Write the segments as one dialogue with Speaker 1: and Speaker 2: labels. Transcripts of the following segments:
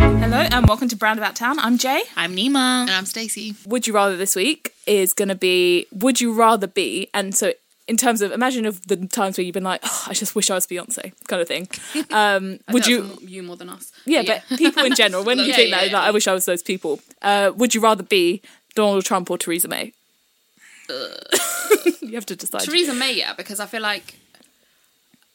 Speaker 1: and welcome to Brand About Town. I'm Jay.
Speaker 2: I'm Nima.
Speaker 3: And I'm Stacey.
Speaker 1: Would you rather this week is going to be Would you rather be? And so, in terms of imagine of the times where you've been like, oh, I just wish I was Beyonce, kind of thing. Um, would you?
Speaker 3: You more than us.
Speaker 1: Yeah, but people in general, when you
Speaker 3: Yeah,
Speaker 1: think
Speaker 3: yeah,
Speaker 1: that,
Speaker 3: yeah.
Speaker 1: like, I wish I was those people. Uh, would you rather be Donald Trump or Theresa May? you have to decide.
Speaker 3: Theresa May, yeah, because I feel like,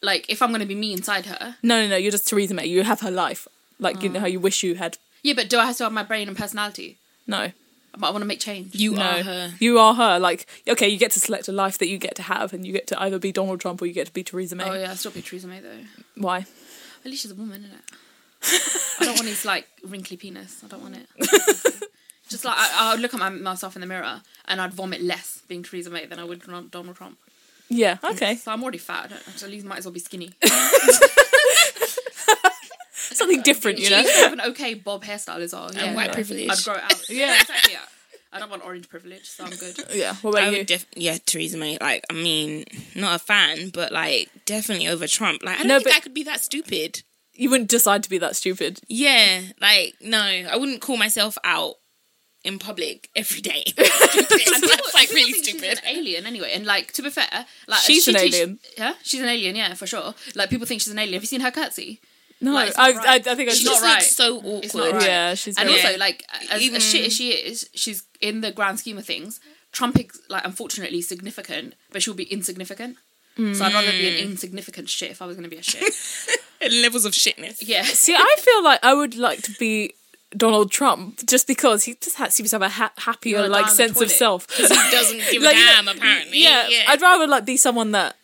Speaker 3: like if I'm going to be me inside her,
Speaker 1: no, no, no. You're just Theresa May. You have her life, like
Speaker 3: Oh.
Speaker 1: you know how you wish you had.
Speaker 3: yeah. But do I have to have my brain and personality?
Speaker 1: No,
Speaker 3: But I want to make change.
Speaker 2: You
Speaker 1: no.
Speaker 2: are her.
Speaker 1: You are her. Like okay, you get to select a life that you get to have, and you get to either be Donald Trump or you get to be Theresa May.
Speaker 3: Oh yeah, I still be Theresa May though.
Speaker 1: Why?
Speaker 3: At least she's a woman, isn't it? I don't want his like wrinkly penis. I don't want it. Just like I, I would look at my, myself in the mirror and I'd vomit less being Theresa May than I would Don- Donald Trump.
Speaker 1: Yeah. Okay.
Speaker 3: So I'm already fat. I don't, so at least might as well be skinny.
Speaker 1: Something different, you
Speaker 3: She
Speaker 1: know.
Speaker 3: needs to have an okay bob hairstyle as well. Yeah,
Speaker 2: white
Speaker 3: I'd-
Speaker 2: privilege.
Speaker 3: I'd grow it out. yeah, exactly. Yeah. I don't want orange privilege, so I'm good.
Speaker 1: Yeah. What
Speaker 2: I
Speaker 1: about you?
Speaker 2: would def- yeah, Theresa May. Like, I mean, not a fan, but like, definitely over Trump. Like, I don't
Speaker 1: No,
Speaker 2: think
Speaker 1: but-
Speaker 2: I could be that stupid.
Speaker 1: you wouldn't decide to be that stupid.
Speaker 2: Yeah, like, no, I wouldn't call myself out in public every day. That's like
Speaker 3: People
Speaker 2: really
Speaker 3: think She's
Speaker 2: stupid.
Speaker 3: an alien anyway, and like to be fair, like
Speaker 1: She's
Speaker 3: she
Speaker 1: an
Speaker 3: teach-
Speaker 1: alien.
Speaker 3: Yeah, she's an alien. Yeah, for sure. Like people think she's an alien. Have you seen her curtsy?
Speaker 1: No,
Speaker 3: Like, it's
Speaker 1: I,
Speaker 3: not
Speaker 1: I, I
Speaker 3: right.
Speaker 1: think I
Speaker 2: She
Speaker 1: should.
Speaker 3: not
Speaker 2: just
Speaker 3: right.
Speaker 2: looks so awkward.
Speaker 3: It's not right.
Speaker 1: Yeah, she's
Speaker 3: And
Speaker 1: very-
Speaker 3: also, like as,
Speaker 2: Even-
Speaker 3: as shit as she is, she's in the grand scheme of things. Trump is like unfortunately significant, but she'll be insignificant. So I'd rather be an insignificant shit if I was going to be a shit.
Speaker 2: Levels of shitness.
Speaker 3: yeah.
Speaker 1: See, I feel like I would like to be Donald Trump just because he just ha- seems to have a ha- happier
Speaker 3: wanna
Speaker 1: like
Speaker 3: die on the
Speaker 1: sense of
Speaker 3: toilet.
Speaker 1: self.
Speaker 2: Doesn't give
Speaker 1: Like,
Speaker 2: a
Speaker 1: you know-
Speaker 2: damn, apparently.
Speaker 1: yeah, I'd rather like be someone that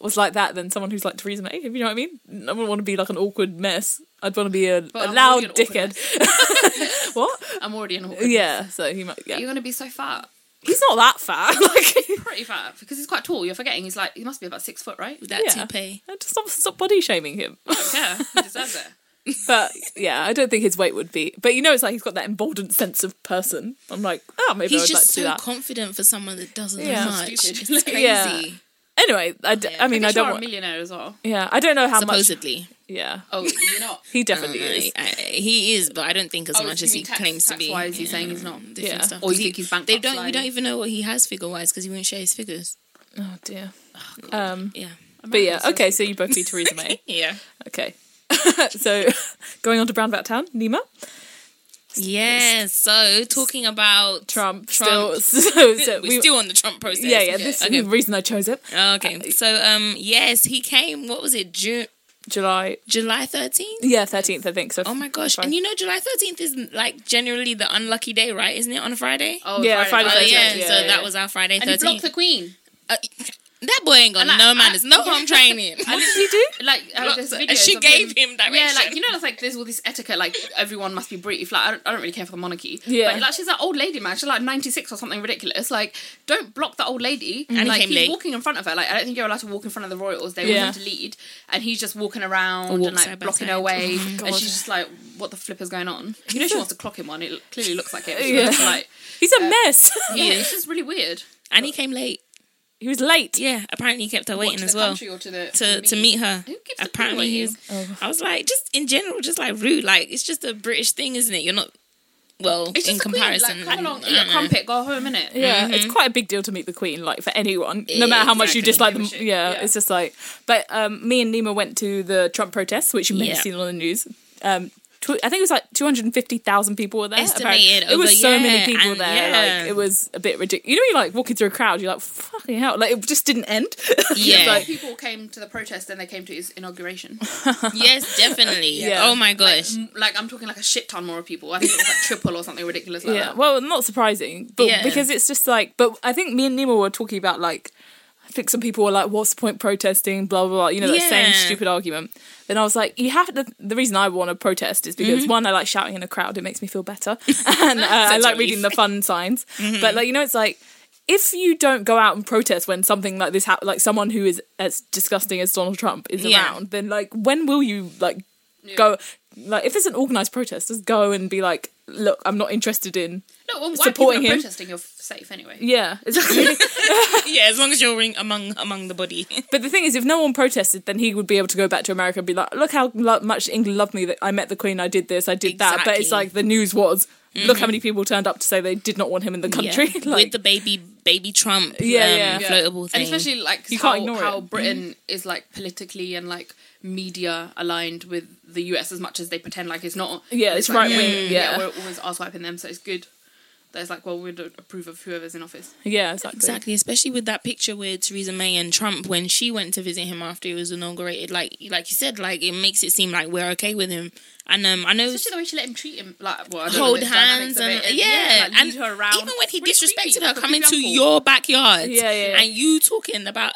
Speaker 1: was like that than someone who's like Theresa May. If you know what I mean, I wouldn't want to be like an awkward mess. I'd want to be a, a
Speaker 3: I'm
Speaker 1: loud
Speaker 3: already an awkward
Speaker 1: dickhead. what?
Speaker 3: I'm already an awkward.
Speaker 1: Yeah. So he might. Yeah.
Speaker 3: You're going to be so fat.
Speaker 1: He's not that fat. like,
Speaker 3: Pretty fat. Because he's quite tall. You're forgetting he's like, he must be about six foot, right?
Speaker 2: That
Speaker 1: Yeah. Uh,
Speaker 2: toupee.
Speaker 1: stop, stop body shaming him.
Speaker 3: Yeah, he deserves it.
Speaker 1: But yeah, I don't think his weight would be. But you know, it's like he's got that emboldened sense of person. I'm like, oh, maybe
Speaker 2: He's
Speaker 1: I'd like
Speaker 2: just
Speaker 1: to do
Speaker 2: so
Speaker 1: that.
Speaker 2: confident for someone that doesn't
Speaker 1: Yeah.
Speaker 2: know much.
Speaker 3: Stupid.
Speaker 2: It's crazy.
Speaker 1: Yeah. anyway, I, d- I mean, I don't
Speaker 3: You're a
Speaker 1: want.
Speaker 3: millionaire as well.
Speaker 1: Yeah, I don't know how much.
Speaker 2: Supposedly.
Speaker 1: Yeah,
Speaker 3: Oh, you're not.
Speaker 1: he
Speaker 2: I don't
Speaker 1: definitely
Speaker 2: know.
Speaker 1: is.
Speaker 2: I- he is, but I don't think as
Speaker 3: Oh,
Speaker 2: much
Speaker 3: you
Speaker 2: as he
Speaker 3: mean tax-
Speaker 2: claims to be.
Speaker 3: tax-wise, he's saying he's not.
Speaker 2: Different
Speaker 1: Yeah.
Speaker 2: stuff.
Speaker 3: Or you
Speaker 2: 'Cause
Speaker 3: think he's bankrupt
Speaker 2: They don't. We don't
Speaker 3: slightly.
Speaker 2: even know what he has figure wise because he won't share his figures.
Speaker 1: Oh dear. Um,
Speaker 2: Yeah.
Speaker 1: but yeah, okay. So you both be Theresa May.
Speaker 2: Yeah.
Speaker 1: Okay. so going on to Brown About Town, Nima,
Speaker 2: Yeah. So talking about
Speaker 1: Trump,
Speaker 2: Trump.
Speaker 1: still. So, so
Speaker 2: We're
Speaker 1: we,
Speaker 2: still on the Trump process.
Speaker 1: yeah, yeah. This
Speaker 2: okay.
Speaker 1: is the reason I chose it. Uh,
Speaker 2: okay. So um, yes, he came. What was it? June,
Speaker 1: July.
Speaker 2: July thirteenth.
Speaker 1: Yeah, thirteenth, I think. So.
Speaker 2: Oh my gosh! And you know, July thirteenth is like generally the unlucky day, right? Isn't it on a Friday?
Speaker 3: Oh,
Speaker 1: Yeah, Friday
Speaker 2: Oh,
Speaker 1: the 13th,
Speaker 2: yeah.
Speaker 1: yeah,
Speaker 2: so
Speaker 1: yeah.
Speaker 2: that was our Friday
Speaker 3: And he blocked
Speaker 2: thirteenth.
Speaker 3: the queen.
Speaker 2: Uh, that boy ain't got
Speaker 3: And I-
Speaker 2: no
Speaker 3: I-
Speaker 2: manners, no home training.
Speaker 1: what did he do?
Speaker 3: Like, uh, there's
Speaker 2: And
Speaker 3: videos
Speaker 2: she
Speaker 3: of
Speaker 2: gave him
Speaker 3: Yeah,
Speaker 2: direction.
Speaker 3: like, you know, it's like there's all this etiquette, like, everyone must be brief. Like, I don't, I don't really care for the monarchy.
Speaker 1: Yeah.
Speaker 3: But, like, she's that old lady, man. She's like 96 or something ridiculous. Like, don't block that old lady.
Speaker 2: Mm-hmm. he
Speaker 3: like,
Speaker 2: came
Speaker 3: he's
Speaker 2: late.
Speaker 3: walking in front of her. Like, I don't think you're allowed to walk in front of the royals. They
Speaker 1: Yeah.
Speaker 3: want him to lead. And he's just walking around
Speaker 2: walk
Speaker 3: and, like,
Speaker 2: side by
Speaker 3: blocking
Speaker 2: side. Oh
Speaker 3: her way.
Speaker 1: God.
Speaker 3: and she's just like, what the flip is going on? You know, she wants to clock him on. It clearly looks like it. She
Speaker 1: Yeah.
Speaker 3: wants to, like,
Speaker 1: He's
Speaker 2: Uh,
Speaker 1: a mess.
Speaker 3: yeah, it's just really weird.
Speaker 2: and he came late.
Speaker 1: he was late.
Speaker 2: Yeah, apparently he kept her
Speaker 3: to
Speaker 2: waiting
Speaker 3: the
Speaker 2: as well
Speaker 3: country or to the
Speaker 2: to to meet her.
Speaker 3: Who keeps the
Speaker 2: apparently
Speaker 3: queen
Speaker 2: he was. I was like, just in general, just like rude. Like it's just a British thing, isn't it? You're not. Well,
Speaker 3: It's just
Speaker 2: in
Speaker 3: a queen,
Speaker 2: comparison,
Speaker 3: like, come
Speaker 2: I-
Speaker 3: along,
Speaker 2: I
Speaker 3: eat a
Speaker 2: don't know.
Speaker 3: crumpet, go home, innit?
Speaker 1: Yeah, it's quite a big deal to meet the Queen, like for anyone, no matter how much you
Speaker 2: Mm-hmm. Exactly.
Speaker 1: dislike them.
Speaker 3: Give a shit.
Speaker 1: Yeah,
Speaker 3: Yeah.
Speaker 1: it's just like. But um, me and Nima went to the Trump protests, which you may have
Speaker 2: Yeah.
Speaker 1: seen on the news. Um, tw- I think it was like two hundred and fifty thousand people were there. apparently.
Speaker 2: Estimated
Speaker 1: it was
Speaker 2: over-
Speaker 1: so many
Speaker 2: yeah,
Speaker 1: people
Speaker 2: and-
Speaker 1: there.
Speaker 2: yeah.
Speaker 1: Like it was a bit ridiculous. You know, you're like walking through a crowd. You're like, fucking hell! Like it just didn't end.
Speaker 2: Yeah.
Speaker 3: More people came to the protest than they came to his inauguration.
Speaker 2: Yes, definitely.
Speaker 1: Yeah.
Speaker 2: Oh my gosh.
Speaker 3: M- like mm, I'm talking like a shit ton more people. I think it was like triple or something ridiculous. Like
Speaker 1: yeah.
Speaker 3: that.
Speaker 1: Well, not surprising, but
Speaker 2: Yeah.
Speaker 1: because it's just like. But I think me and Nima were talking about like. I think some people were like, "What's the point protesting?" Blah blah. blah. You know that same
Speaker 2: Yeah.
Speaker 1: stupid argument. Then I was like, "You have to." The reason I want to protest is because
Speaker 2: Mm-hmm.
Speaker 1: one, I like shouting in a crowd; it makes me feel better, and uh, I like
Speaker 2: relief. Mm-hmm.
Speaker 1: reading the fun signs. But like, you know, it's like if you don't go out and protest when something like this happens, like someone who is as disgusting as Donald Trump is
Speaker 2: Yeah.
Speaker 1: around, then like, when will you like go? Like, if there's an organized protest, just go and be like, look, I'm not interested in.
Speaker 3: No, well, white
Speaker 1: Supporting
Speaker 3: people are
Speaker 1: him.
Speaker 3: protesting. You're safe anyway.
Speaker 1: Yeah, exactly.
Speaker 2: yeah, as long as you're ring among among the body.
Speaker 1: but the thing is, if no one protested, then he would be able to go back to America and be like, look how lo- much England loved me that I met the Queen, I did this, I did that. But it's
Speaker 2: Exactly. Mm-hmm.
Speaker 1: like the news was, look how many people turned up to say they did not want him in the country.
Speaker 2: Yeah.
Speaker 1: like,
Speaker 2: With the baby baby Trump
Speaker 1: Yeah,
Speaker 2: um,
Speaker 1: yeah.
Speaker 3: Yeah.
Speaker 2: floatable thing.
Speaker 3: And especially like
Speaker 1: You
Speaker 3: how,
Speaker 1: can't ignore
Speaker 3: how
Speaker 1: it.
Speaker 3: Britain
Speaker 2: Mm.
Speaker 3: is like politically and like media aligned with the US as much as they pretend like it's not.
Speaker 1: Yeah, it's
Speaker 3: like,
Speaker 1: right wing,
Speaker 3: we're-
Speaker 1: yeah.
Speaker 3: we're always ass wiping them, so it's good. That it's like, well, we don't approve of whoever's in office.
Speaker 1: yeah, exactly.
Speaker 2: Exactly, especially with that picture with Theresa May and Trump when she went to visit him after he was inaugurated. Like, like you said, like it makes it seem like we're okay with him. And um, I know
Speaker 3: Especially the way she let him treat him, like well, I don't know
Speaker 2: hold
Speaker 3: the dynamics
Speaker 2: hands
Speaker 3: of
Speaker 2: and
Speaker 3: it,
Speaker 2: yeah,
Speaker 3: like,
Speaker 2: and
Speaker 3: lead her around.
Speaker 2: even when he
Speaker 3: Really
Speaker 2: disrespected
Speaker 3: creepy,
Speaker 2: her
Speaker 3: like a
Speaker 2: coming
Speaker 3: creepy
Speaker 2: to
Speaker 3: uncle.
Speaker 2: your backyard,
Speaker 1: Yeah, yeah.
Speaker 2: and you talking about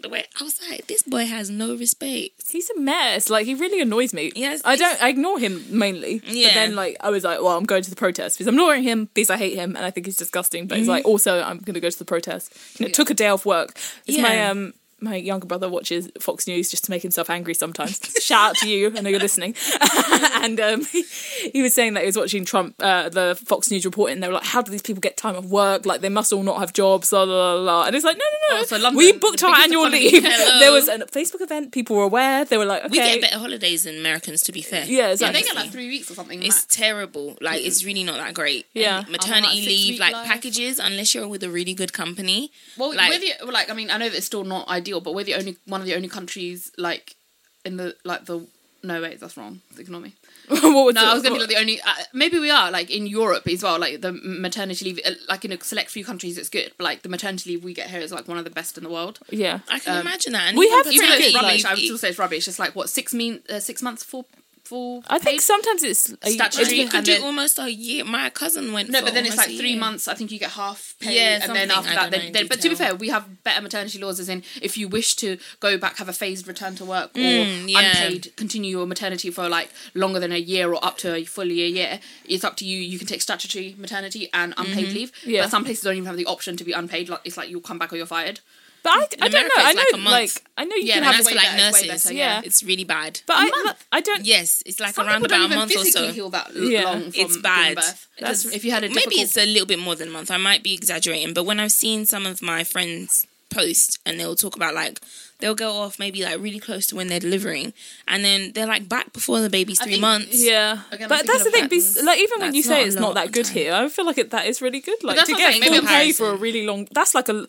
Speaker 2: the way I was like, this boy has no respect.
Speaker 1: He's a mess. Like he really annoys me.
Speaker 2: Yes,
Speaker 1: I
Speaker 2: it's-
Speaker 1: don't. I ignore him mainly. But
Speaker 2: Yeah.
Speaker 1: then, like, I was like, well, I'm going to the protest because I'm ignoring him because I hate him and I think he's disgusting. But it's
Speaker 2: Mm-hmm.
Speaker 1: like also I'm going to go to the protest. You know, it took a day off work. It's my
Speaker 2: Yeah.
Speaker 1: um my younger brother watches Fox News just to make himself angry sometimes. Shout out to you. I know you're listening. and um, he, he was saying that he was watching Trump, uh, the Fox News report, and they were like, how do these people get time off work? Like they must all not have jobs. La la la. la. And it's like, no, no, no.
Speaker 2: Oh,
Speaker 3: Also, London,
Speaker 1: we booked
Speaker 3: the
Speaker 1: our
Speaker 3: biggest
Speaker 1: annual
Speaker 3: economy.
Speaker 1: leave.
Speaker 2: Hello.
Speaker 1: There was a Facebook event. People were aware. They were like, okay,
Speaker 2: We get better holidays than Americans, to be
Speaker 1: yeah,
Speaker 2: fair.
Speaker 3: Yeah,
Speaker 1: exactly.
Speaker 3: they get like three weeks or something.
Speaker 2: It's
Speaker 3: max.
Speaker 2: terrible. Like it's really not that great. And
Speaker 1: Yeah.
Speaker 3: Oh,
Speaker 2: maternity
Speaker 3: like
Speaker 2: leave
Speaker 3: six-week
Speaker 2: like
Speaker 3: life.
Speaker 2: packages, unless you're with a really good company.
Speaker 3: Well,
Speaker 2: like,
Speaker 3: we're the, well, like I mean, I know that it's still not ideal, but we're the only one of the only countries like in the like the no wait that's wrong. Ignore me.
Speaker 1: What was
Speaker 3: No,
Speaker 1: it?
Speaker 3: I was gonna be like the only. Uh, maybe we are like in Europe as well. Like the maternity leave, uh, like in a select few countries, it's good. But like the maternity leave we get here is like one of the best in the world.
Speaker 1: yeah.
Speaker 2: I can
Speaker 3: um,
Speaker 2: imagine that. And
Speaker 1: we
Speaker 2: even
Speaker 1: have to
Speaker 3: Even though
Speaker 2: paternity
Speaker 3: it's
Speaker 1: Really?
Speaker 3: rubbish, I would
Speaker 2: leave-
Speaker 3: still say it's rubbish. It's like what six mean uh, six months for for.
Speaker 1: I think sometimes it's a-
Speaker 3: Statutory.
Speaker 2: Like,
Speaker 1: it's-
Speaker 2: you could
Speaker 3: and
Speaker 2: do
Speaker 3: then-
Speaker 2: almost a year. My cousin went.
Speaker 3: No,
Speaker 2: for
Speaker 3: but then it's
Speaker 2: almost
Speaker 3: like
Speaker 2: a
Speaker 3: three
Speaker 2: year.
Speaker 3: months. I think you get half pay,
Speaker 2: Yeah,
Speaker 3: and then
Speaker 2: something.
Speaker 3: after
Speaker 2: I
Speaker 3: that,
Speaker 2: don't
Speaker 3: they,
Speaker 2: know in
Speaker 3: they, but to be
Speaker 2: detail.
Speaker 3: fair, we have better maternity laws. As in, if you wish to go back, have a phased return to work, or
Speaker 2: Mm, yeah.
Speaker 3: unpaid, continue your maternity for like longer than a year or up to a fully a year, it's up to you. You can take statutory maternity and unpaid
Speaker 2: Mm-hmm.
Speaker 3: leave.
Speaker 1: Yeah.
Speaker 3: But some places don't even have the option to be unpaid. Like it's like you'll come back or you're fired.
Speaker 1: but I, I don't know.
Speaker 2: America,
Speaker 1: I
Speaker 2: it's
Speaker 1: know,
Speaker 2: like a
Speaker 1: like,
Speaker 2: month.
Speaker 1: I know you
Speaker 3: Yeah,
Speaker 1: can
Speaker 2: And
Speaker 1: have,
Speaker 3: that's
Speaker 2: that's for
Speaker 3: way
Speaker 2: like
Speaker 3: better, it's way
Speaker 2: nurses.
Speaker 3: better,
Speaker 1: yeah.
Speaker 2: it's really bad.
Speaker 1: but I,
Speaker 3: month.
Speaker 1: I don't.
Speaker 2: yes, it's like
Speaker 3: Some
Speaker 2: around
Speaker 3: people
Speaker 2: about
Speaker 3: don't
Speaker 2: a
Speaker 3: even
Speaker 2: month or
Speaker 3: physically
Speaker 2: so.
Speaker 3: heal that l-
Speaker 1: Yeah.
Speaker 3: long from
Speaker 2: It's
Speaker 3: giving
Speaker 2: bad.
Speaker 3: birth. It
Speaker 1: That's-
Speaker 3: does- if you had a
Speaker 2: Maybe
Speaker 3: difficult
Speaker 2: it's a little bit more than a month. I might be exaggerating, but when I've seen some of my friends post and they'll talk about like they'll go off maybe like really close to when they're delivering, and then they're like back before the baby's three
Speaker 3: think-
Speaker 2: months.
Speaker 1: Yeah,
Speaker 3: Again, I'm
Speaker 1: but that's the
Speaker 3: thinking
Speaker 1: thing.
Speaker 3: of
Speaker 1: These,
Speaker 3: patterns.
Speaker 1: like even when
Speaker 2: That's
Speaker 1: you say
Speaker 2: not a
Speaker 1: it's
Speaker 2: lot
Speaker 1: not that
Speaker 2: of
Speaker 1: good
Speaker 2: time.
Speaker 1: here, I feel like it, that is really good. Like
Speaker 3: that's
Speaker 1: to
Speaker 3: what
Speaker 1: get
Speaker 3: I'm saying,
Speaker 1: full
Speaker 3: maybe
Speaker 1: pay
Speaker 2: comparison.
Speaker 1: for a really long. That's like a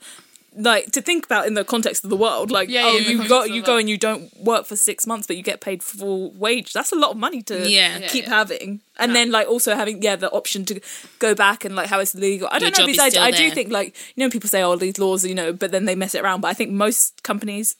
Speaker 1: like to think about in the context of the world. Like
Speaker 3: Yeah, yeah,
Speaker 1: oh,
Speaker 3: in the
Speaker 1: you
Speaker 3: context
Speaker 1: go
Speaker 3: of
Speaker 1: you
Speaker 3: the
Speaker 1: go
Speaker 3: world.
Speaker 1: and you don't work for six months, but you get paid full wage. That's a lot of money to
Speaker 2: Yeah. Yeah,
Speaker 1: keep
Speaker 3: yeah.
Speaker 1: having, and then like also having yeah the option to go back and like how it's legal. I
Speaker 2: Your
Speaker 1: don't know
Speaker 2: job is
Speaker 1: because I,
Speaker 2: still
Speaker 1: I do
Speaker 2: there.
Speaker 1: think like you know people say oh these laws you know, but then they mess it around. But I think most companies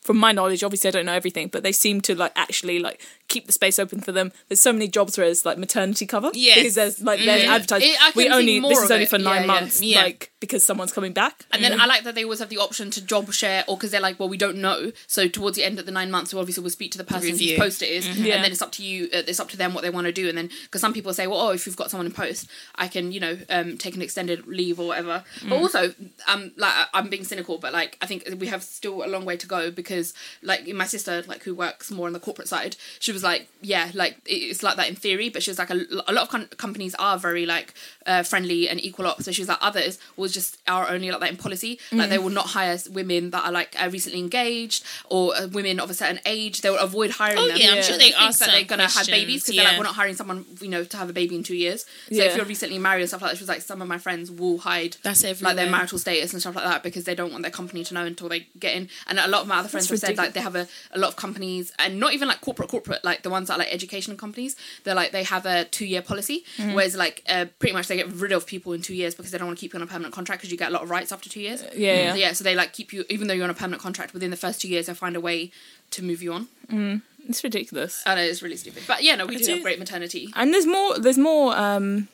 Speaker 1: from my knowledge, obviously I don't know everything, but they seem to like actually like keep the space open for them. There's so many jobs where it's like maternity cover.
Speaker 2: Yes.
Speaker 1: because there's like there's
Speaker 3: Yeah.
Speaker 1: advertised
Speaker 3: Mm. It- I
Speaker 1: we
Speaker 3: can see
Speaker 1: only
Speaker 3: more
Speaker 1: this is
Speaker 3: of
Speaker 1: only
Speaker 3: it.
Speaker 1: for nine
Speaker 3: Yeah, yeah.
Speaker 1: months,
Speaker 2: Yeah.
Speaker 1: like because someone's coming back.
Speaker 3: And then I like that they always have the option to job share, or because they're like, well, we don't know. So towards the end of the nine months, we obviously will speak to the person
Speaker 2: Review.
Speaker 3: whose post it is,
Speaker 1: Yeah.
Speaker 3: and then it's up to you. Uh, it's up to them what they want to do. And then because some people say, well, oh, if you've got someone in post, I can, you know, um, take an extended leave or whatever. But also, um, like I- I'm being cynical, but like I think we have still a long way to go because, like, my sister, like who works more on the corporate side, she was like, yeah, like it- it's like that in theory, but she was like, a, l- a lot of com- companies are very like uh, friendly and equal up. So she was like, others will just are only like that in policy. Like they will not hire s- women that are like uh, recently engaged or uh, women of a certain age. They will avoid hiring
Speaker 2: Oh,
Speaker 3: them.
Speaker 2: yeah, I'm
Speaker 1: sure
Speaker 3: She
Speaker 2: they
Speaker 3: thinks
Speaker 2: ask
Speaker 3: that they're
Speaker 2: certain
Speaker 3: gonna have babies
Speaker 2: questions,
Speaker 3: because they're like,
Speaker 2: yeah.
Speaker 3: we're not hiring someone you know to have a baby in two years. So
Speaker 1: Yeah.
Speaker 3: if you're recently married and stuff like that, she was like, some of my friends will hide
Speaker 2: That's
Speaker 3: like their
Speaker 2: everywhere.
Speaker 3: marital status and stuff like that because they don't want their company to know until they get in. And a lot of my other friends
Speaker 1: That's
Speaker 3: have said like they have a, a lot of companies and not even like corporate corporate like the ones that are like education companies. They're like they have a two year policy,
Speaker 2: Mm-hmm.
Speaker 3: whereas like uh, pretty much they get rid of people in two years because they don't want to keep you on a permanent contract because you get a lot of rights after two years.
Speaker 1: yeah, yeah.
Speaker 3: So, yeah. So they like keep you even though you're on a permanent contract within the first two years they find a way to move you on.
Speaker 1: it's ridiculous.
Speaker 3: I know it's really stupid, but yeah, no, we do,
Speaker 2: do-
Speaker 3: have great maternity.
Speaker 1: And there's more. There's more. um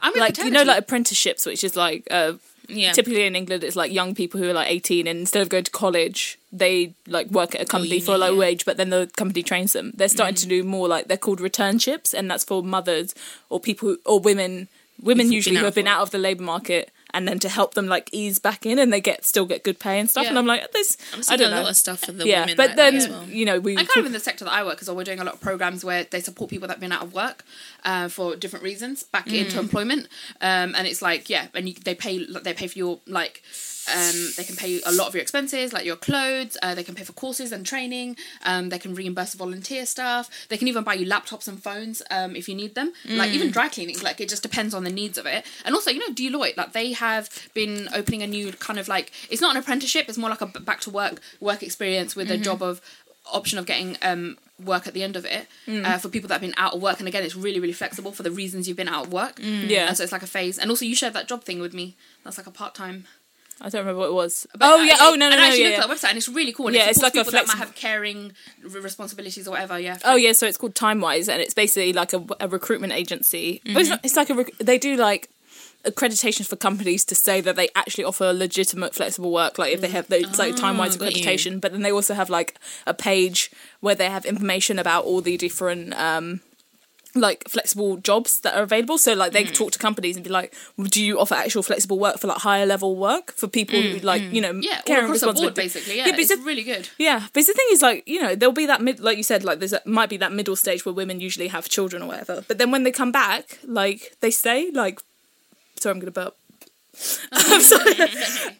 Speaker 3: I mean,
Speaker 1: Like you know,
Speaker 3: paternity-
Speaker 1: like apprenticeships, which is like uh,
Speaker 2: Yeah.
Speaker 1: typically in England, it's like young people who are like 18, and instead of going to college, they like work at a company for a
Speaker 2: uni,
Speaker 1: low
Speaker 2: yeah. Mm.
Speaker 1: wage, but then the company trains them. They're starting to do more like they're called returnships, and that's for mothers or people who- or women, women
Speaker 2: Who've
Speaker 1: usually
Speaker 2: been
Speaker 1: who
Speaker 2: out
Speaker 1: have
Speaker 2: of
Speaker 1: been
Speaker 2: work.
Speaker 1: out of the labour market. and then to help them like ease back in and they get still get good pay and stuff.
Speaker 3: Yeah.
Speaker 1: And I'm like, this
Speaker 2: I'm
Speaker 1: I
Speaker 2: seeing
Speaker 1: don't
Speaker 2: a
Speaker 1: know.
Speaker 2: lot of stuff for the
Speaker 1: yeah,
Speaker 2: women.
Speaker 1: but
Speaker 2: like that
Speaker 1: then
Speaker 2: as well.
Speaker 1: you know we
Speaker 3: And
Speaker 1: talk-
Speaker 3: kind of in the sector that I work as well, we're doing a lot of programs where they support people that have been out of work uh, for different reasons back into employment, um, and it's like yeah, and you, they pay they pay for your like. Um, they can pay a lot of your expenses, like your clothes. Uh, they can pay for courses and training. Um, they can reimburse volunteer staff. They can even buy you laptops and phones um, if you need them. Like even dry cleaning. Like it just depends on the needs of it. And also, you know, Deloitte. Like they have been opening a new kind of like it's not an apprenticeship. It's more like a b- back to work work experience with a job of option of getting um, work at the end of it
Speaker 1: Mm.
Speaker 3: uh, for people that have been out of work. And again, it's really, really flexible for the reasons you've been out of work.
Speaker 1: Yeah.
Speaker 3: And so it's like a phase. And also, you shared that job thing with me. That's like a part time.
Speaker 1: I don't remember what it was. oh yeah, oh no no
Speaker 3: and
Speaker 1: no
Speaker 3: I actually
Speaker 1: yeah,
Speaker 3: looked
Speaker 1: yeah.
Speaker 3: at that website and it's really cool. And
Speaker 1: Yeah,
Speaker 3: it
Speaker 1: it's
Speaker 3: supports
Speaker 1: like a
Speaker 3: people that might
Speaker 1: flexible-
Speaker 3: have caring r- responsibilities or whatever. Yeah.
Speaker 1: Oh yeah, so it's called Timewise, and it's basically like a, a recruitment agency. But
Speaker 3: Mm-hmm.
Speaker 1: it's, not, it's like a rec- they do like accreditations for companies to say that they actually offer legitimate flexible work. Like if they have they, it's
Speaker 3: Ah,
Speaker 1: like Timewise
Speaker 2: got you.
Speaker 1: accreditation, but then they also have like a page where they have information about all the different. Um, like flexible jobs that are available. So like
Speaker 3: Mm.
Speaker 1: they talk to companies and be like, well, "Do you offer actual flexible work for like higher level work for people who like you know
Speaker 3: Mm, Yeah.
Speaker 1: care
Speaker 3: All
Speaker 1: and
Speaker 3: across the board,
Speaker 1: responsibility?"
Speaker 3: basically. Yeah.
Speaker 1: but
Speaker 3: it's
Speaker 1: just-
Speaker 3: really good.
Speaker 1: yeah, but the thing is, like you know, there'll be that mid, like you said, like there's a, might be that middle stage where women usually have children or whatever. But then when they come back, like they stay, like sorry, I'm gonna burp. I'm sorry.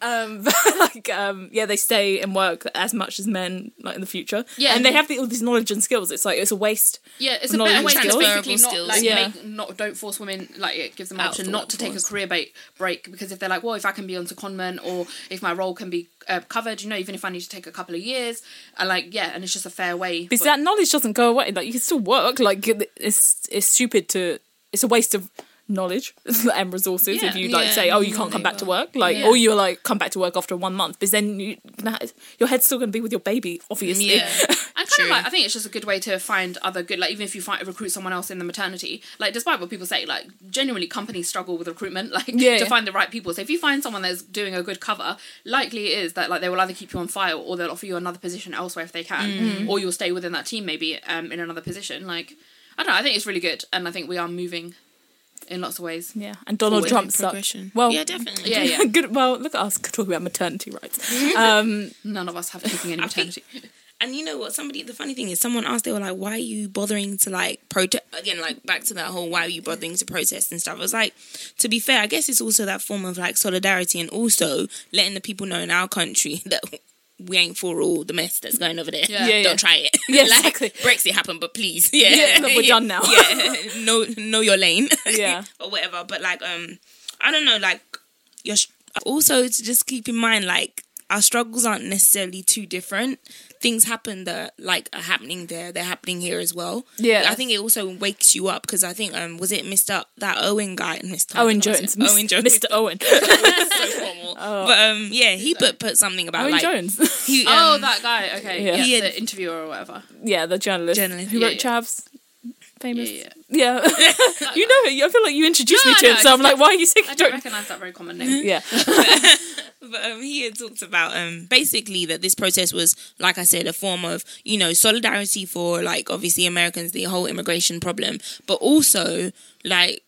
Speaker 1: um, but like um, yeah, they stay and work as much as men like in the future.
Speaker 3: Yeah.
Speaker 1: and they have the, all these knowledge and skills. It's like it's a waste.
Speaker 3: Yeah, it's a
Speaker 1: knowledge and
Speaker 3: better way to
Speaker 1: skills.
Speaker 3: basically
Speaker 2: Transferable
Speaker 3: not
Speaker 2: skills.
Speaker 3: like
Speaker 1: Yeah.
Speaker 3: make not don't force women like it gives them an
Speaker 2: Out of
Speaker 3: option
Speaker 2: the
Speaker 3: not to take a
Speaker 2: workforce.
Speaker 3: career break break because if they're like, well, if I can be on secondment or if my role can be uh, covered, you know, even if I need to take a couple of years, I like yeah, and it's just a fair way.
Speaker 1: Because that knowledge doesn't go away. Like you can still work. Like it's it's stupid to. It's a waste of knowledge and resources if
Speaker 3: Yeah.
Speaker 1: you like
Speaker 2: Yeah,
Speaker 1: say oh you
Speaker 2: you
Speaker 1: can't come
Speaker 2: really
Speaker 1: back to
Speaker 2: will.
Speaker 1: work like
Speaker 3: Yeah.
Speaker 1: or you're like come back to work after one month because then you that, your head's still going to be with your baby obviously
Speaker 2: yeah,
Speaker 3: And kind of like, I think it's just a good way to find other good, like even if you find recruit someone else in the maternity, like despite what people say, like genuinely companies struggle with recruitment, like
Speaker 1: Yeah,
Speaker 3: to
Speaker 1: yeah.
Speaker 3: find the right people. So if you find someone that's doing a good cover, likely it is that like they will either keep you on file or they'll offer you another position elsewhere if they can,
Speaker 1: Mm-hmm.
Speaker 3: or you'll stay within that team maybe um, in another position. Like I don't know, I think it's really good, and I think we are moving in lots of ways.
Speaker 1: yeah and Donald
Speaker 2: Forward
Speaker 1: Trump sucks
Speaker 2: progression.
Speaker 1: well
Speaker 2: yeah, definitely.
Speaker 3: Yeah, yeah.
Speaker 1: good well look at us talking about maternity rights um
Speaker 3: None of us have taken any
Speaker 2: I think-
Speaker 3: maternity.
Speaker 2: And you know what? Somebody, the funny thing is, someone asked, they were like, why are you bothering to like protest? Again, like back to that whole why are you bothering to protest and stuff. I was like, to be fair, I guess it's also that form of like solidarity and also letting the people know in our country that we ain't for all the mess that's going over there.
Speaker 3: Yeah.
Speaker 1: Yeah,
Speaker 2: Don't
Speaker 1: yeah.
Speaker 2: try it.
Speaker 1: Yeah,
Speaker 2: Like,
Speaker 1: exactly.
Speaker 2: Brexit happened, but please. Yeah.
Speaker 1: Yeah, look, we're done now.
Speaker 2: yeah. Know, know your lane.
Speaker 1: Yeah.
Speaker 2: or whatever. But like, um, I don't know, like, your sh- also to just keep in mind like our struggles aren't necessarily too different things happen that like are happening there they're happening here as well
Speaker 1: Yeah.
Speaker 2: i think it also wakes you up because i think um was it mr that owen guy mr
Speaker 1: Owen Jones
Speaker 2: owen jones
Speaker 1: Mr Owen
Speaker 2: So formal. but um yeah he put put something about
Speaker 1: Owen
Speaker 2: like
Speaker 1: Jones
Speaker 2: he,
Speaker 3: oh,
Speaker 2: um,
Speaker 3: that guy. Okay,
Speaker 1: Yeah.
Speaker 3: yeah,
Speaker 2: He had-
Speaker 3: the interviewer or whatever.
Speaker 1: yeah the journalist,
Speaker 2: Journalist,
Speaker 1: who
Speaker 3: yeah,
Speaker 1: wrote
Speaker 3: yeah.
Speaker 1: Chavs famous
Speaker 3: Yeah,
Speaker 1: yeah, you know it. I feel like you introduced
Speaker 3: No,
Speaker 1: me to
Speaker 3: no,
Speaker 1: him so I'm like why are you saying
Speaker 3: I
Speaker 1: you
Speaker 3: don't
Speaker 1: don't
Speaker 3: recognise that very common name.
Speaker 1: yeah
Speaker 2: but um, he had talked about um, basically that this protest was, like I said, a form of you know solidarity for like obviously Americans, the whole immigration problem, but also like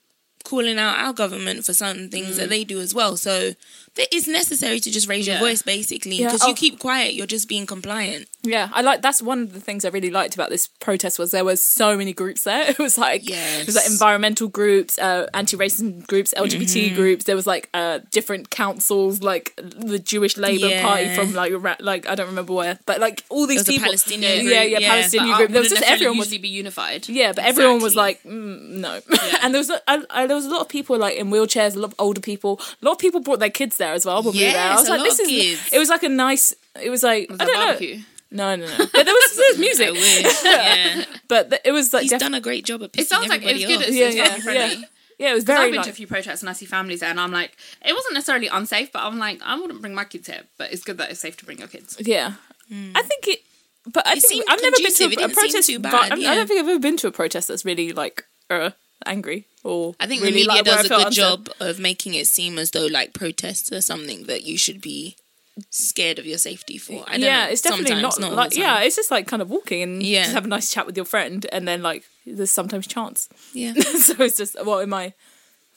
Speaker 2: calling out our government for certain things that they do as well. So that it's necessary to just raise your
Speaker 3: Mm. Yeah.
Speaker 2: voice basically
Speaker 1: Yeah,
Speaker 2: because
Speaker 1: oh.
Speaker 2: you keep quiet, you're just being compliant.
Speaker 1: Yeah, I like that's one of the things I really liked about this protest was there were so many groups there. It was like it was like
Speaker 2: Yes.
Speaker 1: environmental groups, uh, anti-racism groups, LGBT
Speaker 2: Mm-hmm.
Speaker 1: groups. There was like uh, different councils, like the Jewish Labour
Speaker 2: Yeah.
Speaker 1: Party from like Iraq- like I don't remember where, but like all these
Speaker 2: was a
Speaker 1: people,
Speaker 2: Palestinian
Speaker 1: yeah,
Speaker 2: group,
Speaker 1: yeah,
Speaker 2: yeah.
Speaker 1: Palestinian group. There was just everyone was
Speaker 3: usually be unified.
Speaker 1: yeah, but everyone was like,
Speaker 2: Exactly.
Speaker 1: mm, no. and there was a- I, I, there was a lot of people like in wheelchairs, a lot of older people. A lot of people brought their kids there as well. When we were there, I
Speaker 2: Yes,
Speaker 1: was
Speaker 2: a
Speaker 1: like,
Speaker 2: lot
Speaker 1: this
Speaker 2: of
Speaker 1: is.
Speaker 2: kids.
Speaker 1: It was like a nice. It was like
Speaker 3: Was
Speaker 1: I
Speaker 3: that
Speaker 1: don't
Speaker 3: barbecue?
Speaker 1: know. No, no, no. But there was, there was music.
Speaker 2: I wish. yeah.
Speaker 1: But th- it was like
Speaker 2: He's
Speaker 1: defi-
Speaker 2: done a great job at pissing
Speaker 3: It sounds like it
Speaker 2: everybody
Speaker 3: was good.
Speaker 2: off.
Speaker 3: It's,
Speaker 1: Yeah,
Speaker 3: it's
Speaker 1: yeah,
Speaker 3: family friendly.
Speaker 1: yeah. yeah, it was
Speaker 3: I've
Speaker 1: very
Speaker 3: been to a
Speaker 1: like,
Speaker 3: few protests and I see families there, and I'm like, it wasn't necessarily unsafe, but I'm like, I wouldn't bring my kids here. But it's good that it's safe to bring your kids.
Speaker 1: yeah. I think it, but I think
Speaker 2: seemed
Speaker 1: I've never been to
Speaker 2: conducive. It
Speaker 1: a, a
Speaker 2: didn't seem
Speaker 1: protest.
Speaker 2: too
Speaker 1: vi-
Speaker 2: bad,
Speaker 1: I, mean, I
Speaker 2: yeah.
Speaker 1: don't think I've ever been to a protest that's really like uh, angry or
Speaker 2: I think
Speaker 1: really,
Speaker 2: the media
Speaker 1: like, where I
Speaker 2: does a
Speaker 1: felt
Speaker 2: good
Speaker 1: unsafe.
Speaker 2: job of making it seem as though like protests are something that you should be scared of your safety for. I don't
Speaker 1: yeah,
Speaker 2: know.
Speaker 1: it's definitely
Speaker 2: Sometimes,
Speaker 1: not,
Speaker 2: all
Speaker 1: like
Speaker 2: the
Speaker 1: yeah,
Speaker 2: time.
Speaker 1: it's just like kind of walking and
Speaker 2: Yeah.
Speaker 1: just have a nice chat with your friend, and then like there's sometimes chance.
Speaker 2: yeah.
Speaker 1: so it's just well in my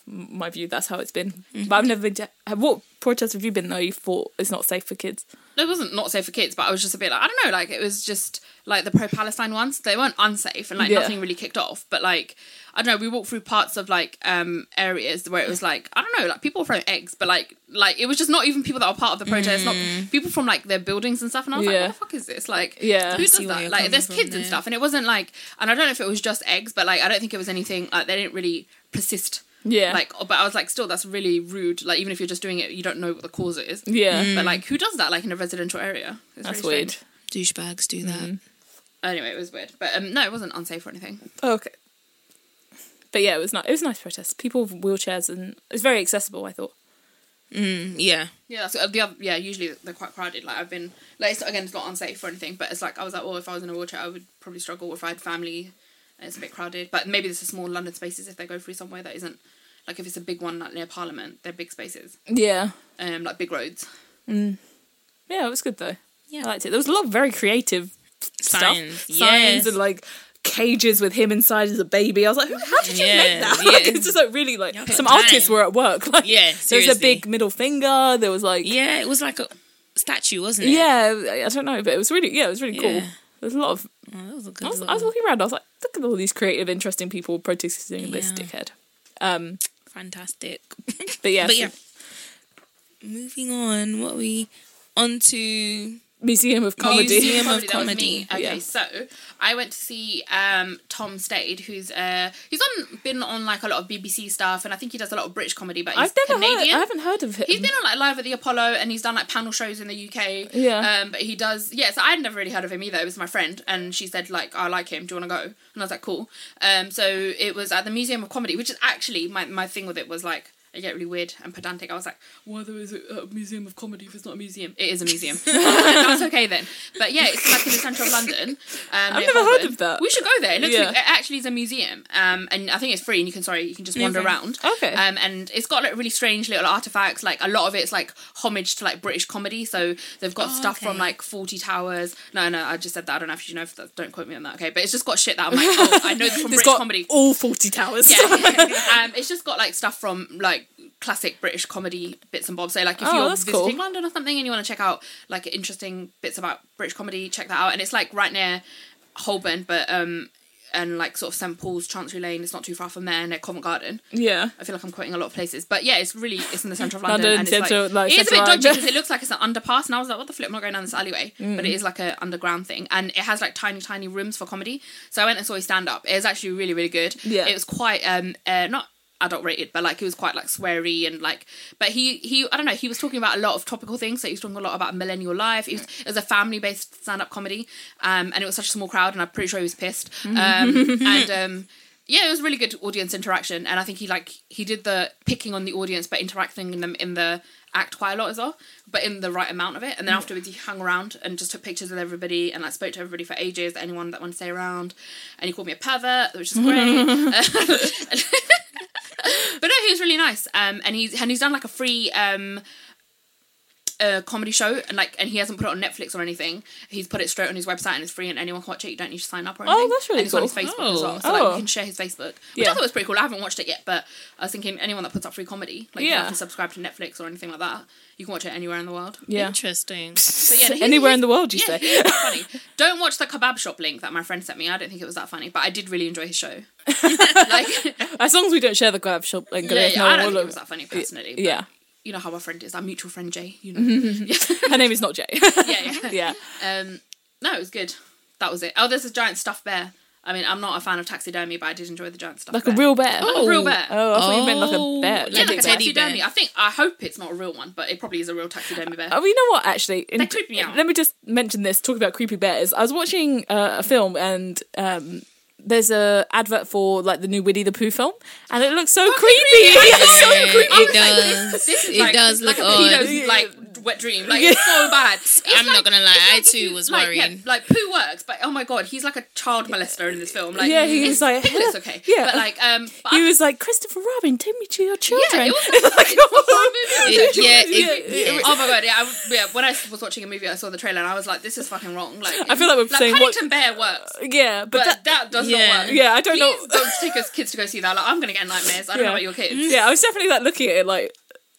Speaker 1: m- my view. That's how it's been. But
Speaker 2: Mm-hmm.
Speaker 1: I've never been to. have- What protests have you been though? You thought it's not safe for kids.
Speaker 3: it wasn't not safe for kids, but I was just a bit like I don't know, like it was just like the pro Palestine ones. They weren't unsafe and like
Speaker 1: Yeah.
Speaker 3: nothing really kicked off. But like I don't know, we walked through parts of like um areas where it was like I don't know, like people were throwing eggs, but like like it was just not even people that were part of the protest, not people from like their buildings and stuff. And I was like,
Speaker 1: Mm. Yeah.
Speaker 3: what the fuck is this? Like
Speaker 1: Yeah.
Speaker 3: who
Speaker 1: I
Speaker 3: does
Speaker 2: see where
Speaker 3: that?
Speaker 2: you're
Speaker 3: Like
Speaker 2: coming
Speaker 3: there's
Speaker 2: from
Speaker 3: kids and
Speaker 2: there.
Speaker 3: stuff, and it wasn't like and I don't know if it was just eggs, but like I don't think it was anything. Like they didn't really persist.
Speaker 1: Yeah.
Speaker 3: Like, but I was like, still, that's really rude. Like, even if you're just doing it, you don't know what the cause is.
Speaker 1: Yeah.
Speaker 3: But like, who does that? Like in a residential area? It's
Speaker 1: That's
Speaker 3: really
Speaker 1: weird.
Speaker 3: strange.
Speaker 2: Douchebags do that.
Speaker 1: Mm-hmm.
Speaker 3: Anyway, it was weird, but um, no, it wasn't unsafe or anything.
Speaker 1: Oh, okay. But yeah, it was nice. It was a nice protest. People with wheelchairs and it's very accessible. I thought.
Speaker 2: Mm, yeah.
Speaker 3: Yeah, that's uh, the other. Yeah, usually they're quite crowded. Like I've been like it's, again, it's not unsafe or anything, but it's like I was like, well, if I was in a wheelchair, I would probably struggle if I had family. And it's a bit crowded, but maybe this is small London spaces. If they go through somewhere that isn't like if it's a big one like near Parliament, they're big spaces,
Speaker 1: Yeah.
Speaker 3: um, like big roads.
Speaker 1: Yeah, it was good though.
Speaker 2: Yeah.
Speaker 1: I liked it. There was a lot of very creative
Speaker 2: Signs,
Speaker 1: stuff. Signs
Speaker 2: yes.
Speaker 1: and like cages with him inside as a baby. I was like, Who, how did you make
Speaker 2: Yeah,
Speaker 1: that?
Speaker 2: yeah.
Speaker 1: Like, it's just like really like
Speaker 2: Y'all got
Speaker 1: some
Speaker 2: time.
Speaker 1: artists were at work. Like
Speaker 2: Yeah,
Speaker 1: there was a
Speaker 2: seriously.
Speaker 1: big middle finger. There was like yeah.
Speaker 2: Yeah, it was like a statue, wasn't it?
Speaker 1: I don't know, but it was really yeah, it was really cool.
Speaker 2: Yeah.
Speaker 1: There's a lot of
Speaker 2: Oh, that was a good
Speaker 1: I was,
Speaker 2: little-
Speaker 1: I was looking around. I was like, look at all these creative, interesting people protesting this
Speaker 2: Yeah.
Speaker 1: dickhead. Um,
Speaker 2: fantastic.
Speaker 1: but yeah,
Speaker 2: but
Speaker 1: so-
Speaker 2: yeah. Moving on, what are we on to?
Speaker 1: Museum of Comedy.
Speaker 2: Museum
Speaker 3: Comedy, that
Speaker 2: of
Speaker 3: was
Speaker 2: Comedy.
Speaker 3: me. Okay,
Speaker 1: Yeah.
Speaker 3: so I went to see um, Tom Stade, who's uh, he's on been on like a lot of BBC stuff, and I think he does a lot of British comedy, but he's
Speaker 1: I've never
Speaker 3: Canadian.
Speaker 1: heard. I haven't heard of him.
Speaker 3: He's been on like live at the Apollo, and he's done like panel shows in the UK.
Speaker 1: Yeah.
Speaker 3: Um, but he does. Yeah. So I'd never really heard of him either. It was my friend, and she said like, "I like him. Do you want to go?" And I was like, "Cool." Um, so it was at the Museum of Comedy, which is actually my my thing with it was like. I get really weird and pedantic. I was like, why there is a a museum of comedy if it's not a museum? It is a museum. That's okay then. But yeah, it's like in the centre of London. Um, I've
Speaker 1: never heard of that.
Speaker 3: We should go there. It looks
Speaker 1: Yeah.
Speaker 3: like, it actually is a museum. Um, and I think it's free and you can, sorry, you can just wander
Speaker 2: Okay.
Speaker 3: around.
Speaker 1: Okay.
Speaker 3: Um, and it's got like really strange little artifacts. Like a lot of it's like homage to like British comedy. So they've got
Speaker 2: Oh,
Speaker 3: stuff from
Speaker 2: okay.
Speaker 3: like Forty Towers. No, no, I just said that. I don't know if you know. If that, don't quote me on that. Okay, but it's just got shit that I'm like, oh, I know this from
Speaker 1: It's
Speaker 3: British
Speaker 1: got
Speaker 3: comedy.
Speaker 1: all forty towers.
Speaker 3: Yeah. um, it's just got like stuff from like classic British comedy bits and bobs. So like if
Speaker 1: Oh,
Speaker 3: you're
Speaker 1: that's
Speaker 3: visiting
Speaker 1: cool.
Speaker 3: London or something and you want to check out like interesting bits about British comedy, check that out. And it's like right near Holborn, but um. And like sort of St Paul's, Chancery Lane. It's not too far from there, near Covent Garden.
Speaker 1: yeah.
Speaker 3: I feel like I'm quoting a lot of places, but yeah, it's really it's in the centre of London,
Speaker 1: London,
Speaker 3: and
Speaker 1: central,
Speaker 3: it's like,
Speaker 1: like,
Speaker 3: it is a bit
Speaker 1: central
Speaker 3: dodgy
Speaker 1: London. Mm.
Speaker 3: because it looks like it's an underpass, and I was like, what the flip? I'm not going down this alleyway, but it is like a underground thing, and it has like tiny, tiny rooms for comedy. So I went and saw his stand up. It was actually really, really good.
Speaker 1: Yeah.
Speaker 3: it was quite um uh, not adult rated, but like it was quite like sweary and like, but he he I don't know he was talking about a lot of topical things. So he was talking a lot about millennial life. It was, it was a family based stand up comedy, um, and it was such a small crowd, and I'm pretty sure he was pissed. Um, and um yeah, it was really good audience interaction, and I think he like he did the picking on the audience, but interacting in them in the act quite a lot as well, but in the right amount of it. And then afterwards, he hung around and just took pictures with everybody, and like spoke to everybody for ages. Anyone that wanted to stay around, and he called me a pervert, which is great. but no, he was really nice. Um, and he's and he's done like a free um, uh, comedy show, and like and he hasn't put it on Netflix or anything. He's put it straight on his website, and it's free, and anyone can watch it. You don't need to sign up or
Speaker 1: Oh,
Speaker 3: anything.
Speaker 1: that's really
Speaker 3: and it's on his
Speaker 1: cool.
Speaker 3: Facebook as well, so
Speaker 1: Oh.
Speaker 3: like,
Speaker 1: Oh.
Speaker 3: you can share his Facebook, which I
Speaker 1: Yeah.
Speaker 3: thought was pretty cool. I haven't watched it yet, but I was thinking anyone that puts up free comedy, like you don't
Speaker 1: Yeah.
Speaker 3: have to subscribe to Netflix or anything like that. You can watch it anywhere in the world.
Speaker 1: Yeah.
Speaker 2: Interesting.
Speaker 3: But yeah, he-
Speaker 1: Anywhere
Speaker 3: he's-
Speaker 1: in the world, you say?
Speaker 3: yeah, he's quite funny. Don't watch the kebab shop link that my friend sent me. I don't think it was that funny, but I did really enjoy his show. like,
Speaker 1: As long as we don't share the grab shop, like,
Speaker 3: yeah,
Speaker 1: there's
Speaker 3: yeah,
Speaker 1: no
Speaker 3: I don't
Speaker 1: one
Speaker 3: think it
Speaker 1: will-
Speaker 3: was that funny personally. but-
Speaker 1: yeah.
Speaker 3: you know how our friend is, our mutual friend Jay. You know,
Speaker 1: Her name is not Jay.
Speaker 3: yeah, yeah,
Speaker 1: yeah.
Speaker 3: Um, no, it was good. That was it. Oh, there's a giant stuffed bear. I mean, I'm not a fan of taxidermy, but I did enjoy the giant stuffed
Speaker 1: Like
Speaker 3: bear.
Speaker 1: a real bear.
Speaker 3: Like a real bear.
Speaker 1: Oh, I thought you meant like
Speaker 2: Oh,
Speaker 1: a bear.
Speaker 3: yeah,
Speaker 2: yeah,
Speaker 1: like a
Speaker 3: like
Speaker 1: big
Speaker 3: a
Speaker 1: bear.
Speaker 2: teddy bear.
Speaker 3: taxidermy. I think I hope it's not a real one, but it probably is a real taxidermy bear.
Speaker 1: Oh, you know what? Actually, in- uh,
Speaker 3: That creeped me out.
Speaker 1: Let me just mention this. Talking about creepy bears, I was watching uh, a film and um, there's a advert for like the new Winnie the Pooh film, and it looks so creepy.
Speaker 3: creepy.
Speaker 1: It's so
Speaker 2: Yeah,
Speaker 1: creepy.
Speaker 2: it does.
Speaker 3: This is
Speaker 2: it
Speaker 3: like,
Speaker 2: does
Speaker 3: like
Speaker 2: look
Speaker 3: a
Speaker 2: odd.
Speaker 3: pedo's like wet dream. Like it's so bad. It's
Speaker 4: I'm not
Speaker 3: like-
Speaker 4: gonna lie,
Speaker 3: it's
Speaker 4: I
Speaker 3: if
Speaker 4: too was
Speaker 3: like, yeah,
Speaker 4: worried.
Speaker 3: like poo works, but oh my god, he's like a child molester in this film. Like
Speaker 1: Yeah, he was
Speaker 3: it's
Speaker 1: like,
Speaker 3: pig, but it's okay.
Speaker 1: yeah.
Speaker 3: but like um, but
Speaker 1: he
Speaker 3: I-
Speaker 1: was like Christopher Robin, take me to your children.
Speaker 3: Yeah, it was a- it's a horror movie.
Speaker 4: It- yeah, it-
Speaker 1: Yeah,
Speaker 4: yeah.
Speaker 3: Oh my god! Yeah, I, yeah. When I was watching a movie, I saw the trailer and I was like, "This is fucking wrong." Like,
Speaker 1: I feel like we're
Speaker 3: like
Speaker 1: saying what-
Speaker 3: Paddington Bear works,
Speaker 1: yeah, but,
Speaker 3: but
Speaker 1: that,
Speaker 3: that, does
Speaker 2: yeah.
Speaker 3: not work.
Speaker 1: yeah, I don't
Speaker 3: Please
Speaker 1: know.
Speaker 3: don't take us kids to go see that. Like, I'm gonna get nightmares. I don't
Speaker 1: Yeah.
Speaker 3: know about your kids.
Speaker 1: yeah, I was definitely like looking at it like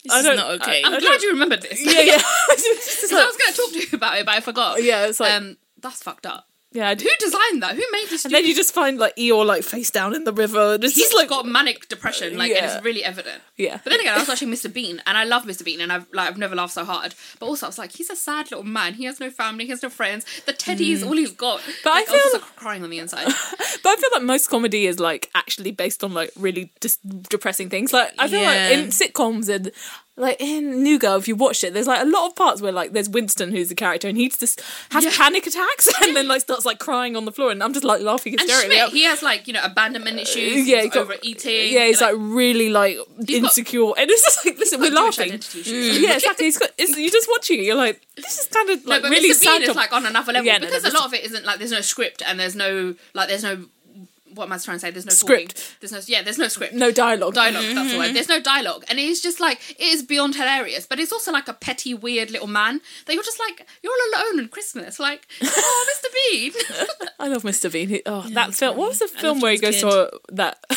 Speaker 1: I
Speaker 2: is
Speaker 1: don't
Speaker 2: not okay.
Speaker 1: I, I
Speaker 3: I'm
Speaker 1: don't,
Speaker 3: glad you remembered this.
Speaker 1: yeah, yeah. It's just
Speaker 3: 'Cause I
Speaker 1: like-
Speaker 3: was gonna talk to you about it, but I forgot.
Speaker 1: yeah, it's like
Speaker 3: um, that's fucked up.
Speaker 1: yeah. I
Speaker 3: Who designed that? Who made this?
Speaker 1: And then you just find like Eeyore like face down in the river. And it's
Speaker 3: He's
Speaker 1: just like
Speaker 3: got manic depression, like, and
Speaker 1: Yeah.
Speaker 3: it's really evident.
Speaker 1: yeah,
Speaker 3: But then again, I was watching Mr. Bean, and I love Mr. Bean, and I've like I've never laughed so hard. But also, I was like, he's a sad little man. He has no family. He has no friends. The teddy is all he's got.
Speaker 1: Mm. But I
Speaker 3: Like, was
Speaker 1: feel-
Speaker 3: just, like, crying on the inside.
Speaker 1: but I feel like most comedy is like actually based on like really dis- depressing things. Like I feel
Speaker 2: Yeah.
Speaker 1: like in sitcoms and like in New Girl, if you watch it, there's like a lot of parts where like there's Winston who's the character and he just has panic attacks and then like starts like crying on the floor and I'm just like laughing
Speaker 3: And
Speaker 1: hysterically.
Speaker 3: Schmidt, he has like you know abandonment issues.
Speaker 1: Uh, yeah,
Speaker 3: Yeah,
Speaker 1: he
Speaker 3: he's
Speaker 1: got-
Speaker 3: overeating.
Speaker 1: yeah, he's like, really like
Speaker 3: got-
Speaker 1: insecure, and it's just like listen, we're
Speaker 3: got Jewish
Speaker 1: laughing. Mm.
Speaker 3: identity issues.
Speaker 1: Yeah, exactly. He's got, it's, you're just watching it. You're like, this is kind of like
Speaker 3: no, but
Speaker 1: really
Speaker 3: Mr. Bean
Speaker 1: sad.
Speaker 3: is
Speaker 1: to-
Speaker 3: like on another level
Speaker 1: Yeah, no,
Speaker 3: because
Speaker 1: no,
Speaker 3: a lot of it isn't like there's no script and there's no like there's no what am I trying to say? There's no
Speaker 1: Script.
Speaker 3: talking. There's no yeah. There's no script.
Speaker 1: no dialogue.
Speaker 3: dialogue. That's the word.
Speaker 1: Mm-hmm.
Speaker 3: There's no dialogue, and it's just like it is beyond hilarious. But it's also like a petty, weird little man that you're just like you're all alone on Christmas. Like, oh, Mr. Bean.
Speaker 1: I love Mr. Bean. He, oh, that film. What was the film
Speaker 2: loved
Speaker 1: where he
Speaker 2: him as
Speaker 1: goes
Speaker 2: a
Speaker 1: to a, that?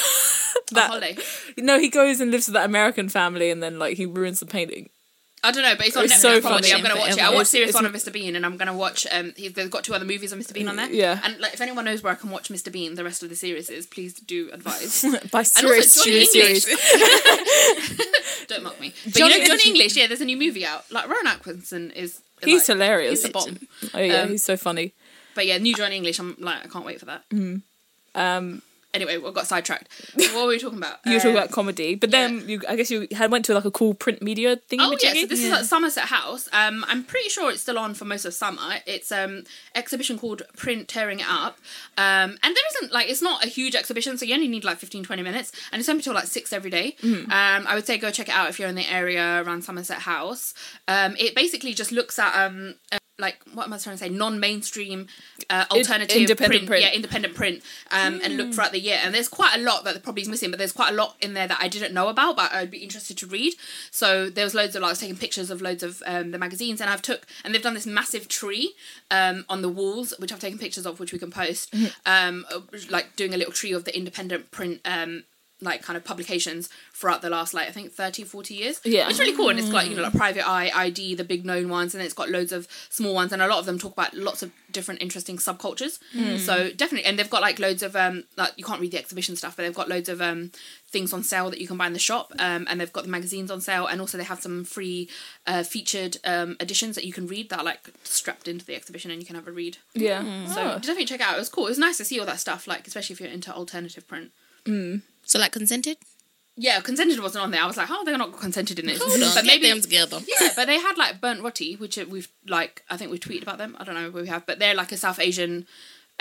Speaker 1: that
Speaker 3: holiday.
Speaker 1: no, he goes and lives with that American family, and then like he ruins the painting.
Speaker 3: I don't know, but it's on
Speaker 1: It's
Speaker 3: Netflix.
Speaker 1: so
Speaker 3: probably.
Speaker 1: funny.
Speaker 3: I'm gonna watch it. I
Speaker 2: Forever.
Speaker 3: watched series
Speaker 1: It's-
Speaker 3: one of Mr. Bean, and I'm gonna watch. Um, he's they've got two other movies of Mr. Bean on there.
Speaker 1: Yeah.
Speaker 3: And like, if anyone knows where I can watch Mr. Bean, the rest of the series is please do advise.
Speaker 1: By
Speaker 3: also
Speaker 1: serious
Speaker 3: Johnny
Speaker 1: serious
Speaker 3: English.
Speaker 1: series.
Speaker 3: don't mock me. But
Speaker 1: Johnny-
Speaker 3: you know, John English. Yeah, there's a new movie out. Like Rowan Atkinson is.
Speaker 1: He's
Speaker 3: like,
Speaker 1: hilarious.
Speaker 3: He's a bomb.
Speaker 1: Oh yeah,
Speaker 3: Um,
Speaker 1: he's so funny.
Speaker 3: But yeah, new John English. I'm like, I can't wait for that.
Speaker 1: Um,
Speaker 3: Anyway, we got sidetracked. What were we talking about?
Speaker 1: you were talking
Speaker 3: Um,
Speaker 1: about comedy, but then you, I guess you had went to like a cool print media thing.
Speaker 3: Oh yeah, so this is at Somerset House. Um, I'm pretty sure it's still on for most of summer. It's um exhibition called Print Tearing It Up. Um, and there isn't like it's not a huge exhibition, so you only need like 15, 20 minutes, and it's open till like six every day.
Speaker 1: Mm-hmm.
Speaker 3: Um, I would say go check it out if you're in the area around Somerset House. Um, it basically just looks at um. uh, like what am I trying to say? Non-mainstream, uh, alternative,
Speaker 1: independent print.
Speaker 3: yeah, independent print, um, and look throughout the year. And there's quite a lot that probably is missing, but there's quite a lot in there that I didn't know about, but I'd be interested to read. So there was loads of, like, I was taking pictures of loads of um, the magazines, and I've took, and they've done this massive tree um, on the walls, which I've taken pictures of, which we can post, um, uh, like doing a little tree of the independent print. Um, like kind of publications throughout the last like I think 30 40 years
Speaker 1: Yeah.
Speaker 3: it's really cool and it's got you know like
Speaker 4: Hmm.
Speaker 3: private eye ID the big known ones and it's got loads of small ones and a lot of them talk about lots of different interesting subcultures
Speaker 4: Hmm.
Speaker 3: so definitely and they've got like loads of um like you can't read the exhibition stuff but they've got loads of um things on sale that you can buy in the shop um and they've got the magazines on sale and also they have some free uh featured um editions that you can read that are like strapped into the exhibition and you can have a read
Speaker 1: yeah.
Speaker 3: so definitely check it out it was cool it was nice to see all that stuff like especially if you're into alternative print
Speaker 4: So like consented?
Speaker 3: yeah, consented wasn't on there. I was like, how are they not consented in this?
Speaker 4: Hold on,
Speaker 3: But
Speaker 4: get
Speaker 3: maybe
Speaker 4: them together.
Speaker 3: yeah, but they had like burnt roti, which we've like I think we tweeted about them. I don't know where we have, but they're like a South Asian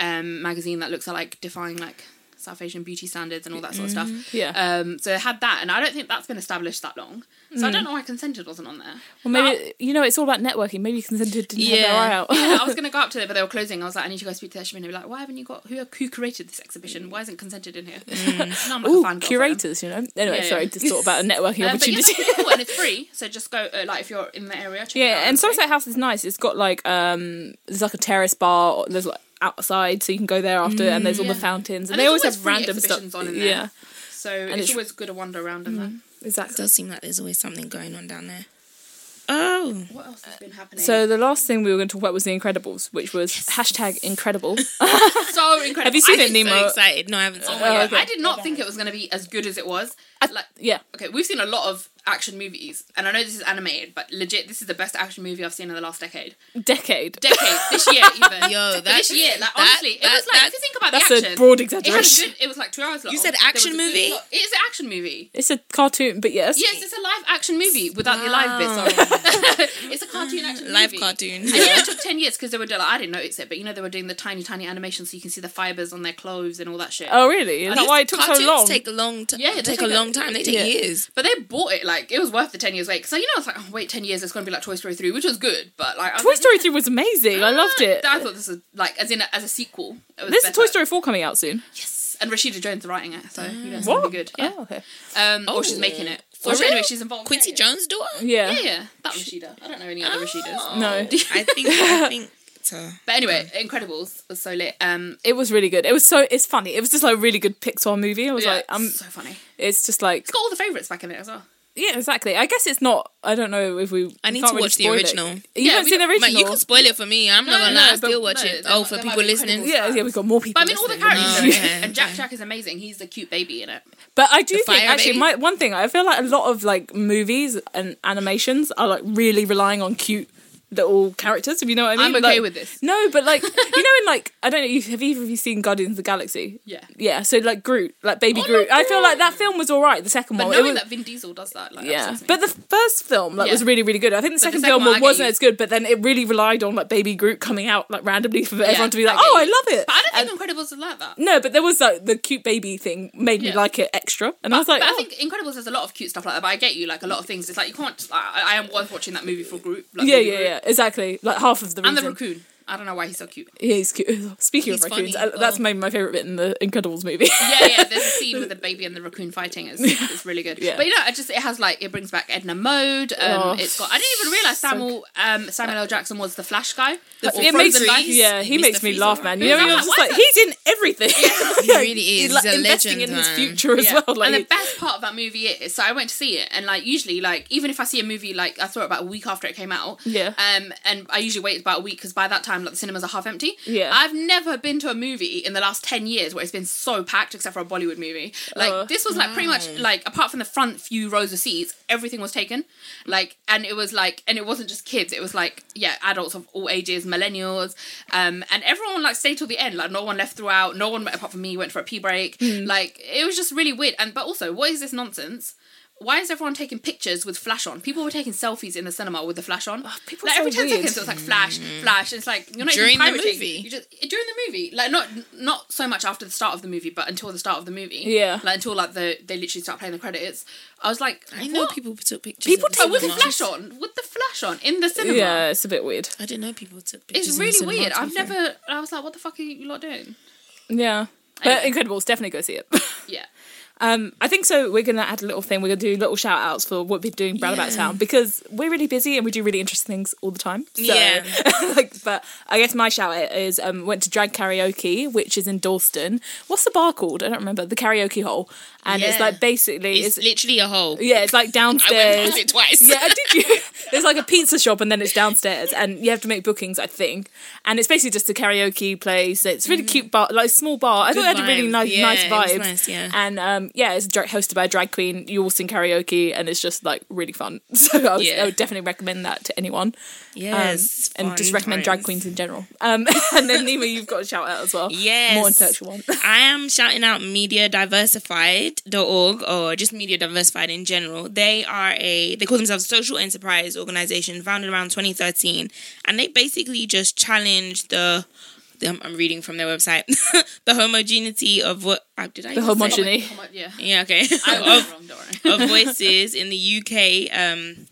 Speaker 3: um, magazine that looks at like defying like South Asian beauty standards and all that sort of stuff.
Speaker 1: Mm-hmm. Yeah.
Speaker 3: Um, so they had that, and I don't think that's been established that long. So I don't know why consented wasn't on there.
Speaker 1: Mm. Well, maybe you know it's all about networking. Maybe you consented didn't have their
Speaker 2: Yeah.
Speaker 1: eye out.
Speaker 3: Yeah, I was gonna go up to it, but they were closing. I was like, I need to go speak to Eshamin. They were like, Why haven't you got who who curated this exhibition? Why isn't consented in here? And I'm like
Speaker 1: Mm.
Speaker 3: a
Speaker 1: Ooh,
Speaker 3: fan girl for them.
Speaker 1: curators, you know. Anyway,
Speaker 3: Yeah, yeah.
Speaker 1: sorry, just thought about a networking
Speaker 3: Um, but yeah,
Speaker 1: opportunity.
Speaker 3: that's really cool, and it's free. So just go uh, like if you're in the area. Check it out,
Speaker 1: Yeah, and
Speaker 3: honestly.
Speaker 1: Somerset House is nice. It's got like um, there's like a terrace bar. Or there's like outside, so you can go there after, and there's all
Speaker 3: Mm, Yeah.
Speaker 1: the fountains, and,
Speaker 3: And
Speaker 1: they always,
Speaker 3: there's always
Speaker 1: have
Speaker 3: free
Speaker 1: random
Speaker 3: exhibitions
Speaker 1: stuff.
Speaker 3: on in there.
Speaker 1: yeah,
Speaker 3: So it's,
Speaker 1: it's- Mm.
Speaker 3: always good to wander around and that.
Speaker 1: exactly.
Speaker 2: It does seem like there's always something going on down there. Oh,
Speaker 3: What else has been happening?
Speaker 1: So the last thing we were going to talk about was the Incredibles, which was hashtag Incredible.
Speaker 3: so incredible.
Speaker 1: Have you seen
Speaker 3: I
Speaker 1: it,
Speaker 3: didn't-
Speaker 1: Nemo?
Speaker 2: so excited! No, I haven't.
Speaker 3: Oh
Speaker 2: seen
Speaker 3: my
Speaker 2: it.
Speaker 3: God,
Speaker 1: okay.
Speaker 3: I did not think it was going to be as good as it was. like,
Speaker 1: yeah,
Speaker 3: okay, we've seen a lot of action movies, and I know this is animated, but legit, this is the best action movie I've seen in the last decade.
Speaker 1: decade.
Speaker 3: Decade, this year even.
Speaker 4: Yo,
Speaker 3: But
Speaker 4: that-
Speaker 3: this year, like
Speaker 4: that-
Speaker 3: honestly, it
Speaker 4: that-
Speaker 3: was like
Speaker 4: that-
Speaker 3: if you think about
Speaker 1: that's
Speaker 3: the
Speaker 1: a
Speaker 3: action,
Speaker 1: broad
Speaker 3: It,
Speaker 1: exaggeration.
Speaker 3: had a good, it was like two hours long.
Speaker 2: said
Speaker 3: There was a
Speaker 2: action
Speaker 3: good
Speaker 2: movie?
Speaker 3: plot. It is an action movie.
Speaker 1: It's a cartoon, but yes,
Speaker 3: Yes, it's a live action movie without the live bit. Sorry, it's a cartoon action
Speaker 2: Live
Speaker 3: movie.
Speaker 2: cartoon.
Speaker 3: And yeah, it took ten years because they were doing. Like, I didn't notice it, but you know they were doing the tiny, tiny animation, so you can see the fibers on their clothes and all that shit.
Speaker 1: Oh really? Is that why it took so
Speaker 2: Cartoons
Speaker 1: long?
Speaker 2: Take a long time.
Speaker 3: Yeah,
Speaker 2: Yeah,
Speaker 3: they
Speaker 2: take,
Speaker 3: take
Speaker 2: a
Speaker 3: a-
Speaker 2: long time. They take
Speaker 1: Yeah.
Speaker 2: years.
Speaker 3: But they bought it like like it was worth the ten years wait. Because you know, it's like oh wait, ten years. It's gonna be like Toy Story three, which was good, but like I was
Speaker 1: Toy
Speaker 3: like, "Mm,
Speaker 1: Story 3 was amazing.
Speaker 3: Ah,
Speaker 1: I loved it.
Speaker 3: I thought this was like as in a, as a sequel. It was
Speaker 1: There's a
Speaker 3: better.
Speaker 1: Toy Story 4 coming out soon.
Speaker 3: Yes, and Rashida Jones is writing it, so you know it's gonna
Speaker 1: What?
Speaker 3: be good. Yeah,
Speaker 1: Oh, okay.
Speaker 3: um, or
Speaker 2: Oh.
Speaker 3: she's making it.
Speaker 2: For
Speaker 3: or she-
Speaker 2: real?
Speaker 3: anyway, she's involved.
Speaker 2: Quincy
Speaker 3: yeah, yeah.
Speaker 2: Jones' daughter?
Speaker 1: Yeah.
Speaker 3: Yeah, yeah, that Rashida. I don't know any other Rashidas.
Speaker 1: No.
Speaker 2: I think I think uh,
Speaker 3: But anyway, Incredibles was so lit. Um,
Speaker 1: It was really good. It was so, it's funny. It was just like a really good Pixar movie. I was
Speaker 3: yeah,
Speaker 1: like, um,
Speaker 3: so funny. It's
Speaker 1: it's just like,
Speaker 3: got all the favourites back in it as well.
Speaker 1: yeah, exactly. I guess it's not, I don't know if we.
Speaker 2: I
Speaker 1: we
Speaker 2: need
Speaker 1: can't
Speaker 2: to
Speaker 1: really
Speaker 2: watch the
Speaker 1: spoil it.
Speaker 2: original.
Speaker 1: You
Speaker 3: Yeah,
Speaker 1: haven't
Speaker 3: we
Speaker 1: seen the
Speaker 3: don't-
Speaker 2: Mate,
Speaker 1: original?
Speaker 2: you can spoil it for me. I'm not
Speaker 3: No,
Speaker 2: gonna
Speaker 3: no,
Speaker 2: lie, I
Speaker 3: but-
Speaker 2: still watch
Speaker 3: no,
Speaker 2: it.
Speaker 3: there
Speaker 2: Oh,
Speaker 3: might-
Speaker 2: for
Speaker 3: there
Speaker 2: people
Speaker 3: might be
Speaker 2: listening.
Speaker 3: Incredibles.
Speaker 1: yeah, yeah, we've got more people.
Speaker 3: But I mean, all the
Speaker 1: listening.
Speaker 3: characters.
Speaker 2: Oh,
Speaker 3: are in it,
Speaker 2: okay,
Speaker 3: And Jack
Speaker 2: okay.
Speaker 3: Jack is amazing. He's the cute baby in it.
Speaker 1: But I do think
Speaker 2: fire
Speaker 1: actually
Speaker 2: baby?
Speaker 1: my one thing I feel like a lot of like movies and animations are like really relying on cute little characters. If you know what I mean?
Speaker 3: I'm okay
Speaker 1: Like-
Speaker 3: with this.
Speaker 1: No, but like you know, in like I don't know, you- have either of you seen Guardians of the Galaxy?
Speaker 3: Yeah. Oh,
Speaker 1: Yeah. So like Groot, like baby Groot. I feel like that film was alright. The second
Speaker 3: But
Speaker 1: one, Oh, it
Speaker 3: knowing
Speaker 1: was-
Speaker 3: that Vin Diesel does that, like,
Speaker 1: yeah,
Speaker 3: upsets me.
Speaker 1: but the first film like
Speaker 3: Yeah.
Speaker 1: was really really good. I think the second,
Speaker 3: second
Speaker 1: film
Speaker 3: one, I get
Speaker 1: wasn't
Speaker 3: you.
Speaker 1: as good, but then it really relied on like Baby Groot coming out like randomly for everyone to be like,
Speaker 3: I get
Speaker 1: "Oh, I
Speaker 3: you.
Speaker 1: love it."
Speaker 3: But I don't think Incredibles is like that.
Speaker 1: no, but there was like the cute baby thing made me
Speaker 3: Yeah.
Speaker 1: like it extra, and I was like,
Speaker 3: But I
Speaker 1: "Oh."
Speaker 3: think Incredibles has a lot of cute stuff like that. But I get you, like a lot of things. It's like you can't. Like, I I am worth watching that movie for group. Like,
Speaker 1: Yeah,
Speaker 3: Baby
Speaker 1: yeah,
Speaker 3: Groot.
Speaker 1: yeah, exactly. Like half of the
Speaker 3: And
Speaker 1: reason.
Speaker 3: the raccoon. I don't know why he's so cute.
Speaker 1: Yeah, he's cute. Speaking
Speaker 2: He's
Speaker 1: of raccoons,
Speaker 2: funny.
Speaker 1: I- that's
Speaker 2: Oh.
Speaker 1: maybe my favorite bit in the Incredibles movie.
Speaker 3: Yeah, yeah. There's a scene with the baby and the raccoon fighting. It's, it's really good.
Speaker 1: Yeah.
Speaker 3: But you know, it just it has like it brings back Edna Mode. Um,
Speaker 1: Oh,
Speaker 3: it's got. I didn't even realize Samuel um, Samuel L. Jackson was the Flash guy.
Speaker 2: The
Speaker 3: Or
Speaker 1: it makes
Speaker 3: Frozen
Speaker 1: me,
Speaker 3: guy.
Speaker 1: yeah, he
Speaker 2: Mr.
Speaker 1: makes me
Speaker 2: Freeze,
Speaker 1: laugh,
Speaker 2: alright.
Speaker 1: man. You know,
Speaker 3: Yeah,
Speaker 1: you're just
Speaker 3: why is
Speaker 1: like he's in everything. he
Speaker 2: really is.
Speaker 1: He's like
Speaker 2: He's a
Speaker 1: investing in
Speaker 2: legend,
Speaker 1: his
Speaker 2: man.
Speaker 1: future as well. Like,
Speaker 3: and the best part of that movie is, so I went to see it, and like usually, like even if I see a movie, like I saw it about a week after it came out.
Speaker 1: Yeah.
Speaker 3: Um, and I usually wait about a week because by that time, like the cinemas are half empty.
Speaker 1: Yeah.
Speaker 3: I've never been to a movie in the last ten years where it's been so packed, except for a Bollywood movie. Like
Speaker 1: Oh.
Speaker 3: this was like pretty much like apart from the front few rows of seats, everything was taken. Like, and it was like, and it wasn't just kids; it was like yeah, adults of all ages, millennials, um, and everyone like stayed till the end. Like no one left throughout. No one apart from me went for a pee break.
Speaker 1: Hmm.
Speaker 3: Like it was just really weird. And but also, what is this nonsense? Why is everyone taking pictures with flash on? People were taking selfies in the cinema with the flash on.
Speaker 1: Oh, people
Speaker 3: like
Speaker 1: are so
Speaker 3: every ten
Speaker 1: weird.
Speaker 3: seconds, it was like flash, flash. It's like you're not
Speaker 2: Mm. During
Speaker 3: even
Speaker 2: the
Speaker 3: pirating.
Speaker 2: movie?
Speaker 3: You just during the movie, like not not so much after the start of the movie, but until the start of the movie.
Speaker 1: Yeah.
Speaker 3: like until like the they literally start playing the credits. I was like,
Speaker 2: I know
Speaker 3: what?
Speaker 2: people took pictures.
Speaker 1: People
Speaker 2: of the
Speaker 3: But with the
Speaker 2: cinema.
Speaker 3: flash on, with the flash on in the cinema.
Speaker 1: yeah, it's a bit weird.
Speaker 2: I didn't know people took pictures.
Speaker 3: It's
Speaker 2: in the
Speaker 3: really
Speaker 2: cinema,
Speaker 3: weird.
Speaker 2: to be
Speaker 3: I've
Speaker 2: fair.
Speaker 3: never. I was like, "What the fuck are you lot doing?"
Speaker 1: Yeah, but Incredibles definitely go see it.
Speaker 3: Yeah,
Speaker 1: Um, I think so. We're gonna add a little thing. We're gonna do little shout outs for what we're doing round about
Speaker 2: Yeah.
Speaker 1: town because we're really busy and we do really interesting things all the time. So,
Speaker 2: Yeah.
Speaker 1: like, but I guess my shout out is um, went to drag karaoke, which is in Dalston. What's the bar called? I don't remember. The karaoke hole, and it's
Speaker 2: Yeah.
Speaker 1: like basically
Speaker 2: It's
Speaker 1: it's,
Speaker 2: literally a hole.
Speaker 1: yeah, it's like
Speaker 2: I went
Speaker 1: downstairs.
Speaker 2: past it twice.
Speaker 1: Yeah, did you? There's like a pizza shop and then it's downstairs and you have to make bookings, I think. And it's basically just a karaoke place. It's a really cute bar, like small bar. I thought it had a really
Speaker 2: Mm. vibes.
Speaker 1: nice,
Speaker 2: Yeah,
Speaker 1: nice
Speaker 2: it was
Speaker 1: vibe.
Speaker 2: nice, yeah.
Speaker 1: And um, yeah, it's direct hosted by a drag queen. You all sing karaoke and it's just like really fun. So I, was, I
Speaker 2: Yeah.
Speaker 1: would definitely recommend that to anyone. Um,
Speaker 2: Yes.
Speaker 1: and just recommend drag queens in general. Um, and then Nima, you've got a shout out as well.
Speaker 2: Yes.
Speaker 1: More intellectual one.
Speaker 2: I am shouting out mediadiversified.org or just media diversified in general. They are a they call themselves a social enterprise organization founded around 2013 and they basically just challenge the I'm I'm reading from their website. the homogeneity of what uh, did I
Speaker 1: The
Speaker 2: even say-
Speaker 1: homogeny.
Speaker 3: Come on, yeah.
Speaker 2: Yeah, okay.
Speaker 3: I
Speaker 2: Of-
Speaker 3: was wrong. Don't worry.
Speaker 2: of voices in the UK, um,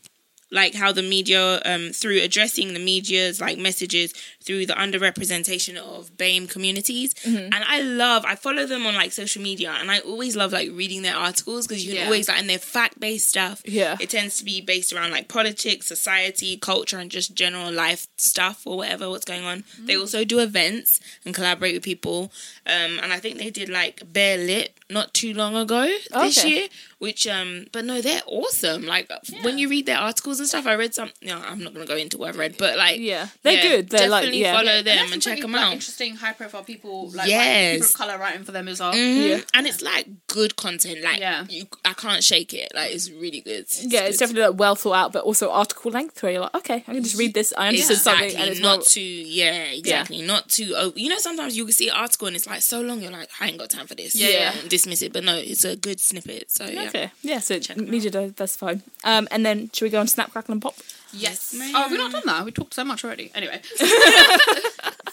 Speaker 2: like how the media, um, through addressing the media's like messages through the underrepresentation of BAME communities. And I love, I follow them on like social media and I always love like reading their articles because you can
Speaker 3: Yeah.
Speaker 2: always like, and they're fact based stuff.
Speaker 1: Yeah.
Speaker 2: It tends to be based around like politics, society, culture, and just general life stuff or whatever, what's going on. They also do events and collaborate with people. Um, and I think they did like Bare Lit not too long ago this
Speaker 1: Okay.
Speaker 2: year which um but no they're awesome like when you read their articles and stuff i read some no i'm not gonna go into what i've read but like
Speaker 1: Yeah. They're good. They're like-
Speaker 2: definitely
Speaker 1: yeah.
Speaker 2: follow them
Speaker 3: that's
Speaker 2: and,
Speaker 3: some
Speaker 2: check
Speaker 3: pretty,
Speaker 2: them
Speaker 3: like,
Speaker 2: out
Speaker 3: Interesting, high-profile people. Like,
Speaker 2: Yes.
Speaker 3: yes, people of color writing for them as well.
Speaker 2: Mhm.
Speaker 1: Yeah.
Speaker 2: and it's like good content like
Speaker 3: Yeah.
Speaker 2: you, i can't shake it like it's really good
Speaker 1: yeah, it's
Speaker 2: good.
Speaker 1: definitely like well thought out, but also article length where you're like, okay, I can just read this. I understood
Speaker 2: Exactly,
Speaker 1: something, and it's
Speaker 2: not
Speaker 1: well-
Speaker 2: too yeah, exactly, not too. Oh, you know, sometimes you can see an article and it's like so long, you're like, I ain't got time for this.
Speaker 3: Yeah, yeah.
Speaker 2: And dismiss it. But no, it's a good snippet. So yeah,
Speaker 1: Okay. Yeah, so
Speaker 2: Check 'em
Speaker 1: media diversified. Um, and then should we go on Snap, Crackle and Pop?
Speaker 3: Yes.
Speaker 2: ma'am.
Speaker 3: Oh, have we not done that? We talked so much already. Anyway.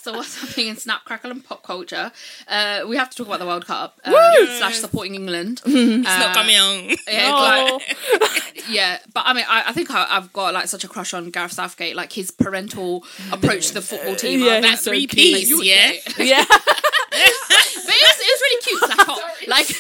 Speaker 3: so what's happening in Snap, Crackle, and pop culture? Uh, we have to talk about the World Cup uh, slash supporting England. it's
Speaker 1: Uh,
Speaker 2: not coming on.
Speaker 3: Yeah,
Speaker 1: Oh.
Speaker 3: like- yeah, but I mean, I, I think I, I've got like such a crush on Gareth Southgate, like his parental approach to the football team.
Speaker 1: Mm. Yeah,
Speaker 3: I
Speaker 1: he's
Speaker 3: think
Speaker 1: so
Speaker 2: Three
Speaker 1: cute.
Speaker 2: piece, yeah.
Speaker 1: yeah.
Speaker 3: but it was, it was really cute. Like, oh, like,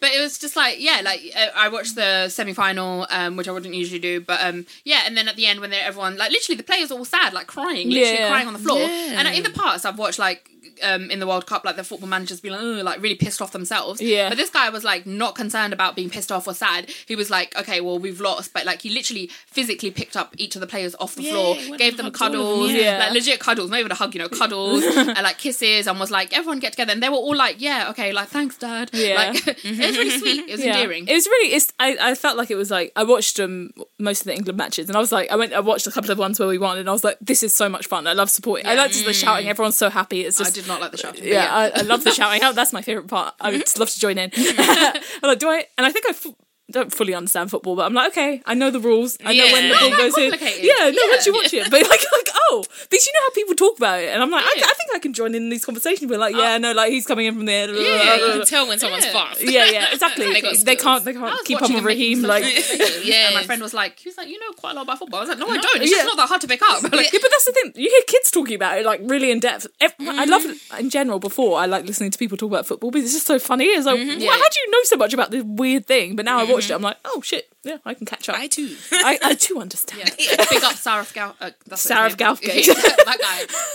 Speaker 3: but it was just like, yeah, like uh, I watched the semi final, um, which I wouldn't usually do, but um, yeah, and then at the end when they're everyone like literally the players are all sad, like crying, literally
Speaker 1: Yeah.
Speaker 3: crying on the floor. And in the past, I've watched like. Um, in the World Cup, like the football managers be like, "Ugh," like really pissed off themselves.
Speaker 1: Yeah.
Speaker 3: But this guy was like not concerned about being pissed off or sad. He was like, okay, well we've lost, but like he literally physically picked up each of the players off the floor,
Speaker 2: he went
Speaker 3: gave
Speaker 2: and
Speaker 3: them
Speaker 2: hugged all of them,
Speaker 3: cuddles,
Speaker 1: yeah.
Speaker 3: like legit cuddles, not even a hug, you know, cuddles and like kisses, and was like, everyone get together, and they were all like, yeah, okay, like thanks, dad.
Speaker 1: Yeah. Mm-hmm.
Speaker 3: Like it was really sweet. It was
Speaker 1: Yeah.
Speaker 3: endearing.
Speaker 1: It was really. It's, I, I felt like it was like I watched um most of the England matches, and I was like, I went. I watched a couple of ones where we won, and I was like, this is so much fun. I love supporting. I like just the shouting. Everyone's so happy. It's
Speaker 3: Mm. I
Speaker 1: just.
Speaker 3: did not like the shouting. but
Speaker 1: yeah, I, I love the shouting out. That's my favorite part. I would just love to join in.
Speaker 3: Mm.
Speaker 1: i like, do I? And I think I f- don't fully understand football, but I'm like, okay, I know the rules. I know when the
Speaker 2: Yeah.
Speaker 1: ball
Speaker 2: Not
Speaker 3: that
Speaker 1: goes in.
Speaker 3: complicated.
Speaker 1: Yeah, no,
Speaker 3: Yeah.
Speaker 1: once you watch it, but like, like, oh, because you know how people talk about it, and I'm like, I,
Speaker 3: Yeah. Oh.
Speaker 1: I think I can join in these conversations. We're like, yeah, no, like he's coming in from there. blah, blah, blah,
Speaker 2: Yeah,
Speaker 1: blah,
Speaker 2: you
Speaker 1: blah.
Speaker 2: can tell when someone's
Speaker 3: Yeah.
Speaker 2: fast.
Speaker 1: Yeah, yeah, exactly.
Speaker 2: They
Speaker 1: they,
Speaker 2: got
Speaker 1: can't they
Speaker 3: I
Speaker 1: can't
Speaker 3: was
Speaker 1: keep up
Speaker 3: watching
Speaker 1: with
Speaker 3: them making
Speaker 1: Raheem
Speaker 3: some
Speaker 1: like yeah,
Speaker 3: faces, And my
Speaker 2: Yes.
Speaker 3: friend was like, he was like, you know quite a lot about football. I was like, no, I don't. It's just
Speaker 1: Yeah.
Speaker 3: not that hard to pick up. Like,
Speaker 1: but that's the thing. You hear kids talking about it like really in depth. Ev- I
Speaker 3: Mm-hmm.
Speaker 1: love it in general. Before I like listening to people talk about football because it's just so funny. It's like, why,
Speaker 3: Mm-hmm. Yeah. Mm-hmm.
Speaker 1: how do you know so much about this weird thing? But now I watched it, I'm like, oh shit, yeah, I can catch up.
Speaker 2: I too.
Speaker 1: I, I do understand.
Speaker 3: Yeah. Big up Sarah Gal- uh, that's
Speaker 1: Sarah
Speaker 3: his name.
Speaker 1: Galfgate.
Speaker 3: Yeah, that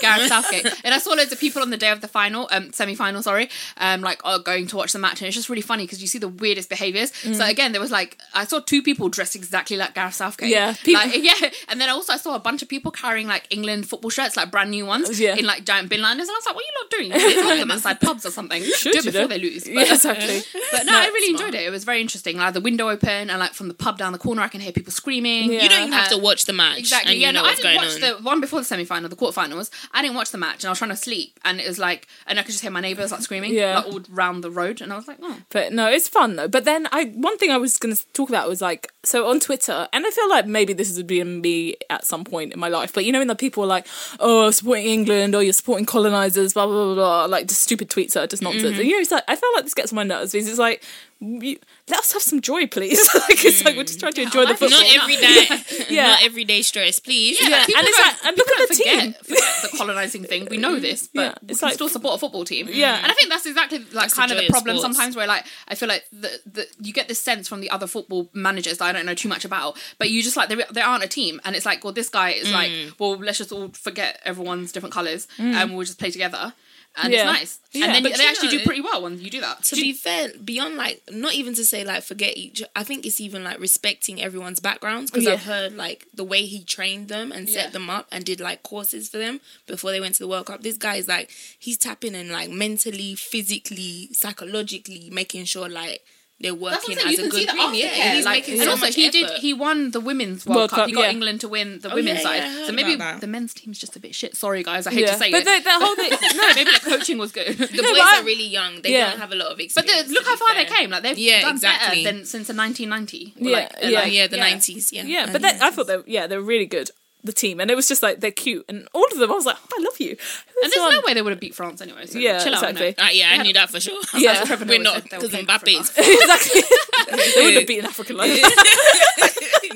Speaker 3: guy, Gareth Southgate. And I saw loads of people on the day of the final, um, semi-final, sorry, um, like are going to watch the match, and it's just really funny because you see the weirdest behaviors. So
Speaker 1: Mm.
Speaker 3: again, there was like I saw two people dressed exactly like Gareth Southgate.
Speaker 1: Yeah, people-
Speaker 3: like, yeah. And then also I saw a bunch of people carrying like England football shirts, like brand new ones,
Speaker 1: Yeah.
Speaker 3: in like giant bin liners, and I was like, what are you lot doing? You should have them outside pubs or something.
Speaker 1: Should
Speaker 3: Do it
Speaker 1: you
Speaker 3: before
Speaker 1: do?
Speaker 3: they lose. But-
Speaker 1: Yeah, exactly.
Speaker 3: But no, I really enjoyed it. It was very interesting. Like the window open, and like from the pub down the corner, I can hear people screaming.
Speaker 1: Yeah.
Speaker 2: You don't even have
Speaker 3: Uh,
Speaker 2: to watch the match.
Speaker 3: Exactly.
Speaker 2: And
Speaker 3: yeah,
Speaker 2: you know
Speaker 3: no, I
Speaker 2: what's
Speaker 3: didn't
Speaker 2: going
Speaker 3: watch
Speaker 2: on.
Speaker 3: the one before the semi final, the quarterfinals. I didn't watch the match, and I was trying to sleep, and it was like, and I could just hear my neighbours like screaming,
Speaker 1: Yeah.
Speaker 3: like all round the road, and I was like, oh,
Speaker 1: But no, it's fun though. But then I one thing I was going to talk about was like so on Twitter, and I feel like maybe this would be in me at some point in my life. But you know, when the people are like, "Oh, supporting England," or "You're supporting colonizers," blah blah blah, blah like just stupid tweets that are just nonsense.
Speaker 3: Mm-hmm.
Speaker 1: And you know, it's like I feel like this gets on my nerves because it's like, you, let us have some joy, please. like it's like we're just trying to enjoy the
Speaker 3: life is
Speaker 1: football.
Speaker 2: Not every day.
Speaker 1: Yeah.
Speaker 2: Not everyday stress, please.
Speaker 1: yeah,
Speaker 3: people
Speaker 1: and it's
Speaker 3: don't-
Speaker 1: like, and look at the
Speaker 3: forget,
Speaker 1: team.
Speaker 3: forget the colonising thing. We know this, but
Speaker 1: Yeah,
Speaker 3: we
Speaker 1: it's
Speaker 3: can
Speaker 1: like-
Speaker 3: still support a football team.
Speaker 1: Yeah.
Speaker 3: and I think that's exactly like
Speaker 2: the
Speaker 3: kind of
Speaker 2: joy
Speaker 3: the
Speaker 2: of
Speaker 3: problem
Speaker 2: sports.
Speaker 3: sometimes where like I feel like the, the you get this sense from the other football managers that I don't know too much about, but you just like they, they aren't a team, and it's like well this guy is like
Speaker 1: Mm.
Speaker 3: well let's just all forget everyone's different colours and we'll just play together. And
Speaker 1: Yeah.
Speaker 3: it's nice,
Speaker 1: Yeah.
Speaker 3: and then
Speaker 1: But
Speaker 3: they
Speaker 2: you
Speaker 3: actually do
Speaker 2: know-
Speaker 3: pretty well when you do that.
Speaker 2: to be fair, beyond like not even to say like forget each. I think it's even like respecting everyone's backgrounds because I've
Speaker 1: Yeah.
Speaker 2: heard like the way he trained them and
Speaker 3: Yeah.
Speaker 2: set them up and did like courses for them before they went to the World Cup. This guy is like he's tapping in like mentally, physically, psychologically, making sure like they're
Speaker 3: That's
Speaker 2: working
Speaker 3: what
Speaker 2: as
Speaker 3: I'm saying. You can
Speaker 2: a
Speaker 3: see
Speaker 2: good
Speaker 3: the
Speaker 2: team. Yeah,
Speaker 3: aftercare.
Speaker 2: he's
Speaker 3: like,
Speaker 2: making
Speaker 3: and
Speaker 2: so
Speaker 3: also,
Speaker 2: much
Speaker 3: he
Speaker 2: effort. Oh,
Speaker 3: did. He won the women's World,
Speaker 1: World
Speaker 3: Cup. He
Speaker 1: Cup,
Speaker 3: got
Speaker 1: yeah.
Speaker 3: England to win the women's
Speaker 2: yeah,
Speaker 3: side.
Speaker 2: yeah, I heard
Speaker 3: so maybe
Speaker 2: about that.
Speaker 3: the men's team's just a bit shit. Sorry, guys. I hate
Speaker 1: Yeah,
Speaker 3: to say
Speaker 1: but
Speaker 3: it.
Speaker 1: the, the whole thing. No,
Speaker 3: maybe they're coaching was good.
Speaker 2: the
Speaker 1: No,
Speaker 2: boys
Speaker 1: but I-
Speaker 2: are really young. They
Speaker 1: Yeah.
Speaker 2: don't have a lot of
Speaker 3: but
Speaker 2: experience.
Speaker 3: the, look
Speaker 2: to
Speaker 3: how
Speaker 2: be
Speaker 3: far they
Speaker 2: fair.
Speaker 3: came. Like they've
Speaker 2: Yeah,
Speaker 3: done
Speaker 2: exactly.
Speaker 3: better than since the 1990. Or,
Speaker 1: Yeah,
Speaker 3: like, uh,
Speaker 1: yeah.
Speaker 2: Yeah,
Speaker 3: like,
Speaker 2: yeah, the nineties. Yeah,
Speaker 1: Yeah, but then I thought they yeah they're really good. The team and it was just like they're cute and all of them. I was like, oh, I love you.
Speaker 3: And there's no way they would have beat France anyway. So
Speaker 1: Yeah,
Speaker 3: chill out. innit?
Speaker 1: exactly.
Speaker 2: Ah, yeah, I knew that for sure.
Speaker 1: Yeah.
Speaker 3: As Trevor
Speaker 2: We're
Speaker 3: Noah said,
Speaker 2: not
Speaker 3: they were
Speaker 2: because
Speaker 3: playing
Speaker 2: Mbappe
Speaker 3: Africa.
Speaker 2: is
Speaker 1: exactly. they wouldn't have beaten African like that.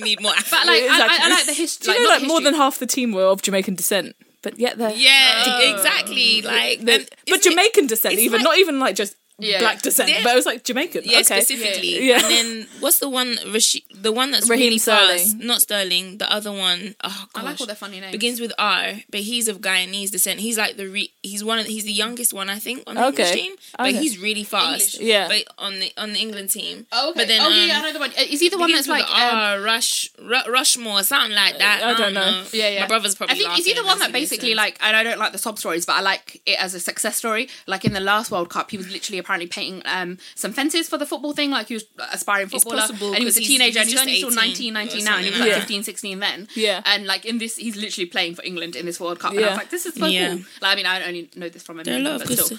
Speaker 2: need more. Africa.
Speaker 3: But like,
Speaker 1: Exactly.
Speaker 3: I, I, I like the history.
Speaker 1: Do you know,
Speaker 3: not
Speaker 1: like more
Speaker 3: history.
Speaker 1: than half the team were of Jamaican descent, but yet they're
Speaker 2: Yeah, exactly. Like,
Speaker 1: they're-
Speaker 2: and
Speaker 1: but
Speaker 2: isn't it-
Speaker 1: Jamaican descent,
Speaker 2: it's
Speaker 1: even
Speaker 2: like-
Speaker 1: not even like just
Speaker 3: Yeah.
Speaker 1: black descent,
Speaker 2: They're-
Speaker 1: but it was like Jamaican.
Speaker 2: yeah,
Speaker 1: okay.
Speaker 2: specifically.
Speaker 1: Yeah.
Speaker 2: And then what's the one? Rashi- the one that's
Speaker 1: Raheem
Speaker 2: really fast?
Speaker 1: Sterling.
Speaker 2: Not Sterling. The other one. Oh gosh.
Speaker 3: I like all their funny names.
Speaker 2: Begins with R, but he's of Guyanese descent. He's like the re- he's one of he's the youngest one I think on the English
Speaker 1: Okay.
Speaker 2: team, but
Speaker 1: Okay.
Speaker 2: he's really fast.
Speaker 1: English. Yeah.
Speaker 2: but on the on the England team.
Speaker 3: Oh, okay.
Speaker 2: But then
Speaker 3: oh, yeah,
Speaker 2: um,
Speaker 3: yeah, I know the one. Uh, Is he the one
Speaker 2: begins
Speaker 3: that's like.
Speaker 2: with
Speaker 3: um,
Speaker 2: R, "Oh, Rush Ru- Rushmore, something like that. uh-uh.
Speaker 1: I don't know.
Speaker 3: Yeah, yeah.
Speaker 2: My brother's probably.
Speaker 3: I think is he the
Speaker 2: laughing
Speaker 3: one
Speaker 2: as
Speaker 3: that basically like,
Speaker 2: listens.
Speaker 3: and I don't like the sob stories, but I like it as a success story. Like in the last World Cup, he was literally apparently painting um, some fences for the football thing. Like he was aspiring footballer,
Speaker 2: possible,
Speaker 3: and he was a
Speaker 2: 'cause he's-
Speaker 3: teenager,
Speaker 2: he's
Speaker 3: and he's
Speaker 2: just
Speaker 3: only
Speaker 2: 18
Speaker 3: 19, 19 now, and he was like
Speaker 1: Yeah.
Speaker 3: 15, 16 then.
Speaker 1: Yeah.
Speaker 3: and like in this, he's literally playing for England in this World Cup. And I
Speaker 1: Yeah.
Speaker 3: was like, this is so
Speaker 2: Yeah.
Speaker 3: cool. Like I mean, I only know this from him,
Speaker 2: There are a lot
Speaker 3: but
Speaker 2: of good.
Speaker 3: still.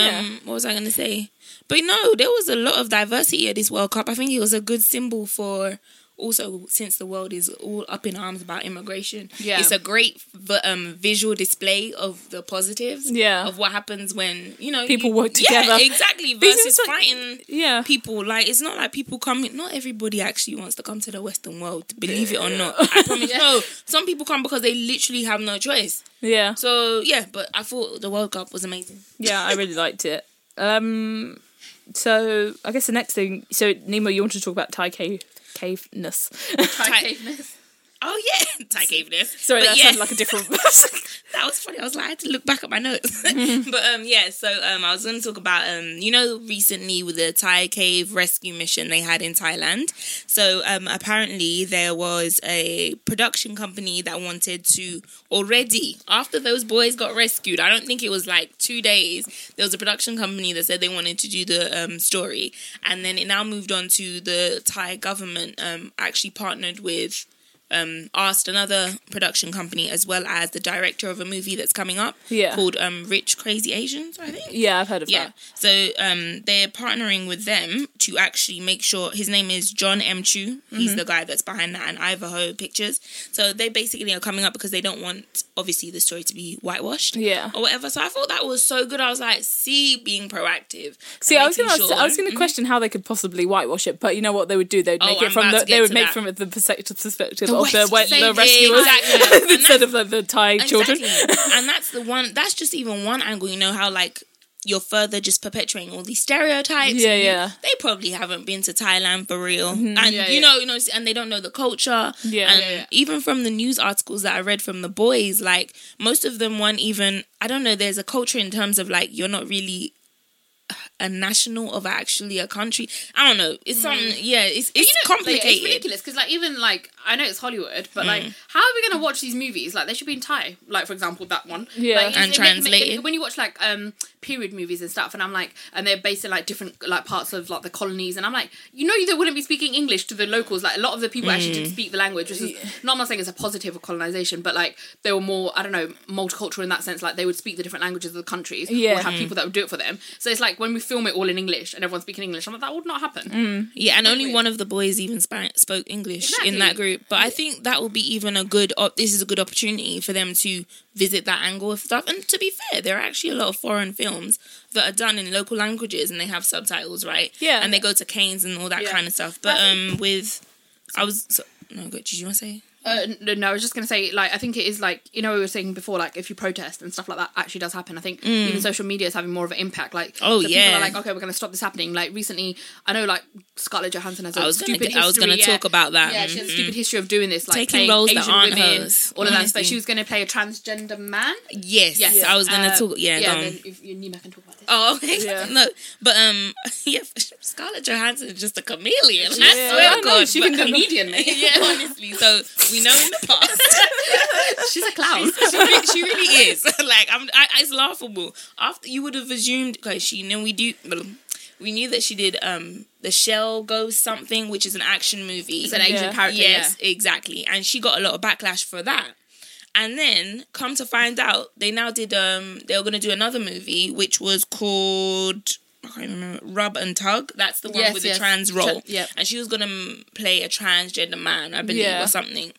Speaker 2: Um, What was I going to say? But no, there was a lot of diversity at this World Cup. I think it was a good symbol for also since the world is all up in arms about immigration,
Speaker 3: Yeah.
Speaker 2: it's a great v- um, visual display of the positives.
Speaker 1: Yeah.
Speaker 2: of what happens when you know
Speaker 1: People
Speaker 2: you-
Speaker 1: work together.
Speaker 2: Yeah, exactly.
Speaker 1: Because it's
Speaker 2: Versus
Speaker 1: like-
Speaker 2: fighting
Speaker 1: yeah.
Speaker 2: people. Like it's not like people coming. Not everybody actually wants to come to the Western world. Believe it or not, I promise. No, some people come because they literally have no choice.
Speaker 1: Yeah.
Speaker 2: So yeah, but I thought the World Cup was amazing.
Speaker 1: Yeah, I really liked it. Um, so I guess the next thing. So Nemo, you want to talk about Thai cave caveness?
Speaker 3: Try caveness.
Speaker 2: Oh yeah, Ty gave this.
Speaker 1: Sorry,
Speaker 2: But
Speaker 1: that
Speaker 2: yeah.
Speaker 1: sounded like a different.
Speaker 2: that was funny. I was like, I had to look back at my notes. but um, yeah, so um, I was going to talk about um, you know, recently with the Thai cave rescue mission they had in Thailand. So um, apparently there was a production company that wanted to already after those boys got rescued. I don't think it was like two days. There was a production company that said they wanted to do the um, story, and then it now moved on to the Thai government um, actually partnered with um, asked another production company as well as the director of a movie that's coming up
Speaker 1: Yeah.
Speaker 2: called um, Rich Crazy Asians, I think.
Speaker 1: yeah, I've heard of
Speaker 2: Yeah.
Speaker 1: that.
Speaker 2: So um, they're partnering with them to actually make sure his name is John M. Chu. He's
Speaker 1: Mm-hmm.
Speaker 2: the guy that's behind that and Ivanhoe Pictures. So they basically are coming up because they don't want, obviously, the story to be whitewashed.
Speaker 1: Yeah.
Speaker 2: Or whatever. So I thought that was so good. I was like, see, being proactive.
Speaker 1: See,
Speaker 2: and
Speaker 1: I was
Speaker 2: making
Speaker 1: gonna,
Speaker 2: sure.
Speaker 1: I was gonna question how they could possibly whitewash it, but you know what they would do? They'd
Speaker 2: Mm-hmm. Oh,
Speaker 1: make
Speaker 2: I'm
Speaker 1: it from
Speaker 2: about
Speaker 1: the,
Speaker 2: to
Speaker 1: they
Speaker 2: get
Speaker 1: would
Speaker 2: to
Speaker 1: make
Speaker 2: that.
Speaker 1: from the perspective, perspective
Speaker 2: The
Speaker 1: of the,
Speaker 2: West-
Speaker 1: we-
Speaker 2: same
Speaker 1: the
Speaker 2: thing,
Speaker 1: rescuers
Speaker 2: exactly. And
Speaker 1: instead of like, the Thai children.
Speaker 2: Exactly. and that's the one. That's just even one angle. You know how like you're further just perpetuating all these stereotypes.
Speaker 1: Yeah,
Speaker 2: and you-
Speaker 1: yeah. Mm-hmm.
Speaker 2: They probably haven't been to Thailand for real, and
Speaker 3: Yeah,
Speaker 2: you
Speaker 3: yeah.
Speaker 2: know, you know, and they don't know the culture.
Speaker 1: Yeah.
Speaker 2: and
Speaker 1: Yeah, yeah.
Speaker 2: even from the news articles that I read from the boys, like most of them weren't even. I don't know. There's a culture in terms of like you're not really. A national of actually a country. I don't know.
Speaker 1: Mm.
Speaker 2: It's something. Yeah, it's it's
Speaker 3: Like,
Speaker 2: complicated. Mm.
Speaker 3: it's ridiculous because, like, even like I know it's Hollywood, but like, how are we gonna watch these movies? Like, they should be in Thai. Like, for example, that one.
Speaker 1: Yeah.
Speaker 3: like, it's-
Speaker 2: And
Speaker 3: it make- make-
Speaker 2: translated.
Speaker 3: when you watch like um period movies and stuff, and I'm like, and they're based in like different like parts of like the colonies, and I'm like, you know, they wouldn't be speaking English to the locals. Like, a lot of the people actually
Speaker 2: Mm.
Speaker 3: didn't speak the language. Which is not I'm not saying it's a positive of colonization, but like they were more I don't know multicultural in that sense. Like they would speak the different languages of the countries.
Speaker 1: Yeah.
Speaker 3: or
Speaker 2: Mm.
Speaker 3: have people that would do it for them. So it's like when we film it all in English and everyone's speaking English, I'm like, that would not
Speaker 2: Mm.
Speaker 3: happen.
Speaker 2: Yeah, and only
Speaker 3: weird.
Speaker 2: one of the boys even spa- spoke English in
Speaker 3: Exactly.
Speaker 2: that group. But I think that will be even a good. Op- this is a good opportunity for them to visit that angle of stuff. And to be fair, there are actually a lot of foreign films that are done in local languages and they have subtitles, right?
Speaker 1: Yeah.
Speaker 2: and they go to Canes and all that
Speaker 3: Yeah.
Speaker 2: kind of stuff. But
Speaker 3: I
Speaker 2: um, with I was so, no good. Did you want to say?
Speaker 3: Uh, n- no, I was just gonna say, like, I think it is like you know we were saying before, like if you protest and stuff like that actually does happen. I think even social media is having more of an impact. Like,
Speaker 2: Mm. Oh,
Speaker 3: so people
Speaker 2: yeah.
Speaker 3: are like okay, we're gonna stop this happening. Like recently, I know like Scarlett Johansson has a
Speaker 2: I was gonna
Speaker 3: stupid.
Speaker 2: get- I was
Speaker 3: history,
Speaker 2: gonna
Speaker 3: yeah.
Speaker 2: talk about that. Mm-hmm.
Speaker 3: Yeah, she has a stupid history of doing this, like
Speaker 2: Taking
Speaker 3: playing
Speaker 2: roles that
Speaker 3: Asian
Speaker 2: aren't
Speaker 3: women,
Speaker 2: hers,
Speaker 3: all of that.
Speaker 2: honestly.
Speaker 3: stuff. she was gonna play a transgender man.
Speaker 2: Yes,
Speaker 3: Yes,
Speaker 2: I was gonna
Speaker 3: uh,
Speaker 2: talk. Yeah,
Speaker 3: yeah.
Speaker 2: go on.
Speaker 3: Then if you, Nima can talk about this.
Speaker 2: Oh, okay.
Speaker 1: Yeah.
Speaker 2: No, but um, yeah, Scarlett Johansson is just a chameleon. I
Speaker 1: Yeah. I
Speaker 2: swear to
Speaker 1: know,
Speaker 2: God,
Speaker 3: Oh, she
Speaker 2: but-
Speaker 3: can do comedian, mate.
Speaker 2: yeah, honestly. So we know in the past
Speaker 3: She's a clown.
Speaker 2: she, really, she really is. like I'm, I, it's laughable. After you would have assumed because she knew we do. We knew that she did um the Shell Go something, which is an action movie.
Speaker 3: It's an Asian
Speaker 1: Yeah.
Speaker 3: character. yeah.
Speaker 2: Yes, exactly. And she got a lot of backlash for that. And then come to find out, they now did um they were gonna do another movie which was called I can't remember Rub and Tug. That's the one
Speaker 3: Yes,
Speaker 2: with
Speaker 3: yes.
Speaker 2: the trans role.
Speaker 3: Tra- yep.
Speaker 2: And she was gonna mm, play a transgender man, I believe,
Speaker 1: Yeah.
Speaker 2: or something.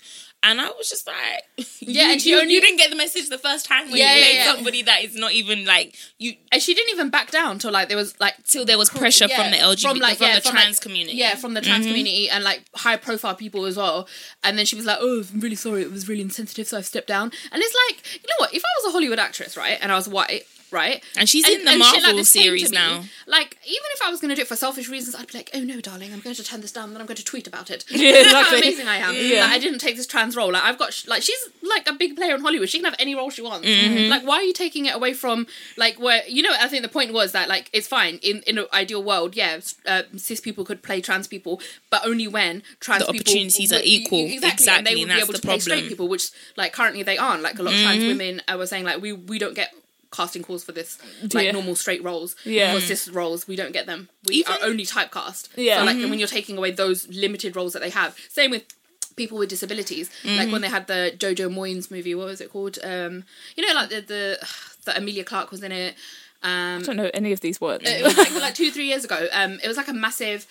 Speaker 2: And I was just like,
Speaker 3: Yeah,
Speaker 2: you,
Speaker 3: and she
Speaker 2: you,
Speaker 3: only-
Speaker 2: you didn't get the message the first time when
Speaker 3: Yeah,
Speaker 2: you
Speaker 3: yeah,
Speaker 2: played
Speaker 3: yeah.
Speaker 2: somebody that is not even like you.
Speaker 3: And she didn't even back down till like there was like
Speaker 2: Till there was pressure
Speaker 3: Yeah,
Speaker 2: from the LGBT from,
Speaker 3: yeah,
Speaker 2: the
Speaker 3: from,
Speaker 2: trans
Speaker 3: like-
Speaker 2: community. Mm-hmm.
Speaker 3: Yeah, from the trans community and like high profile people as well. And then she was like, "Oh, I'm really sorry. It was really insensitive, so I've stepped down." And it's like, you know what? If I was a Hollywood actress, right, and I was white. Right,
Speaker 2: And she's in the
Speaker 3: shit
Speaker 2: Marvel
Speaker 3: this came to
Speaker 2: series
Speaker 3: me,
Speaker 2: now.
Speaker 3: Like, even if I was going to do it for selfish reasons, I'd be like, "Oh no, darling, I'm going to turn this down, then I'm going to tweet about it."
Speaker 1: Yeah,
Speaker 3: Look
Speaker 1: exactly.
Speaker 3: How amazing I am!
Speaker 1: Yeah.
Speaker 3: Like, I didn't take this trans role. Like, I've got sh- like she's like a big player in Hollywood. She can have any role she wants.
Speaker 2: Mm-hmm.
Speaker 3: Like, why are you taking it away from like where you know? I think the point was that like it's fine in in an ideal world. Yeah, s- uh, cis people could play trans people, but only when trans
Speaker 2: The
Speaker 3: people
Speaker 2: opportunities are
Speaker 3: would-
Speaker 2: equal.
Speaker 3: and
Speaker 2: Exactly,
Speaker 3: they would
Speaker 2: and
Speaker 3: be
Speaker 2: that's
Speaker 3: able
Speaker 2: the
Speaker 3: to play straight
Speaker 2: problem. Mm-hmm.
Speaker 3: people, which like currently they aren't. Like a lot of trans women, I was saying like we we don't get casting calls for this like
Speaker 1: Yeah.
Speaker 3: normal straight roles
Speaker 1: Yeah.
Speaker 3: for cis roles we don't get them we
Speaker 2: Even-
Speaker 3: are only typecast
Speaker 1: Yeah. Mm-hmm.
Speaker 3: so like when you're taking away those limited roles that they have same with people with disabilities
Speaker 1: Mm-hmm.
Speaker 3: like when they had the jojo moynes movie what was it called um you know like the the that amelia clark was in it um
Speaker 1: I don't know any of these words.
Speaker 3: it was like, like two three years ago um it was like a massive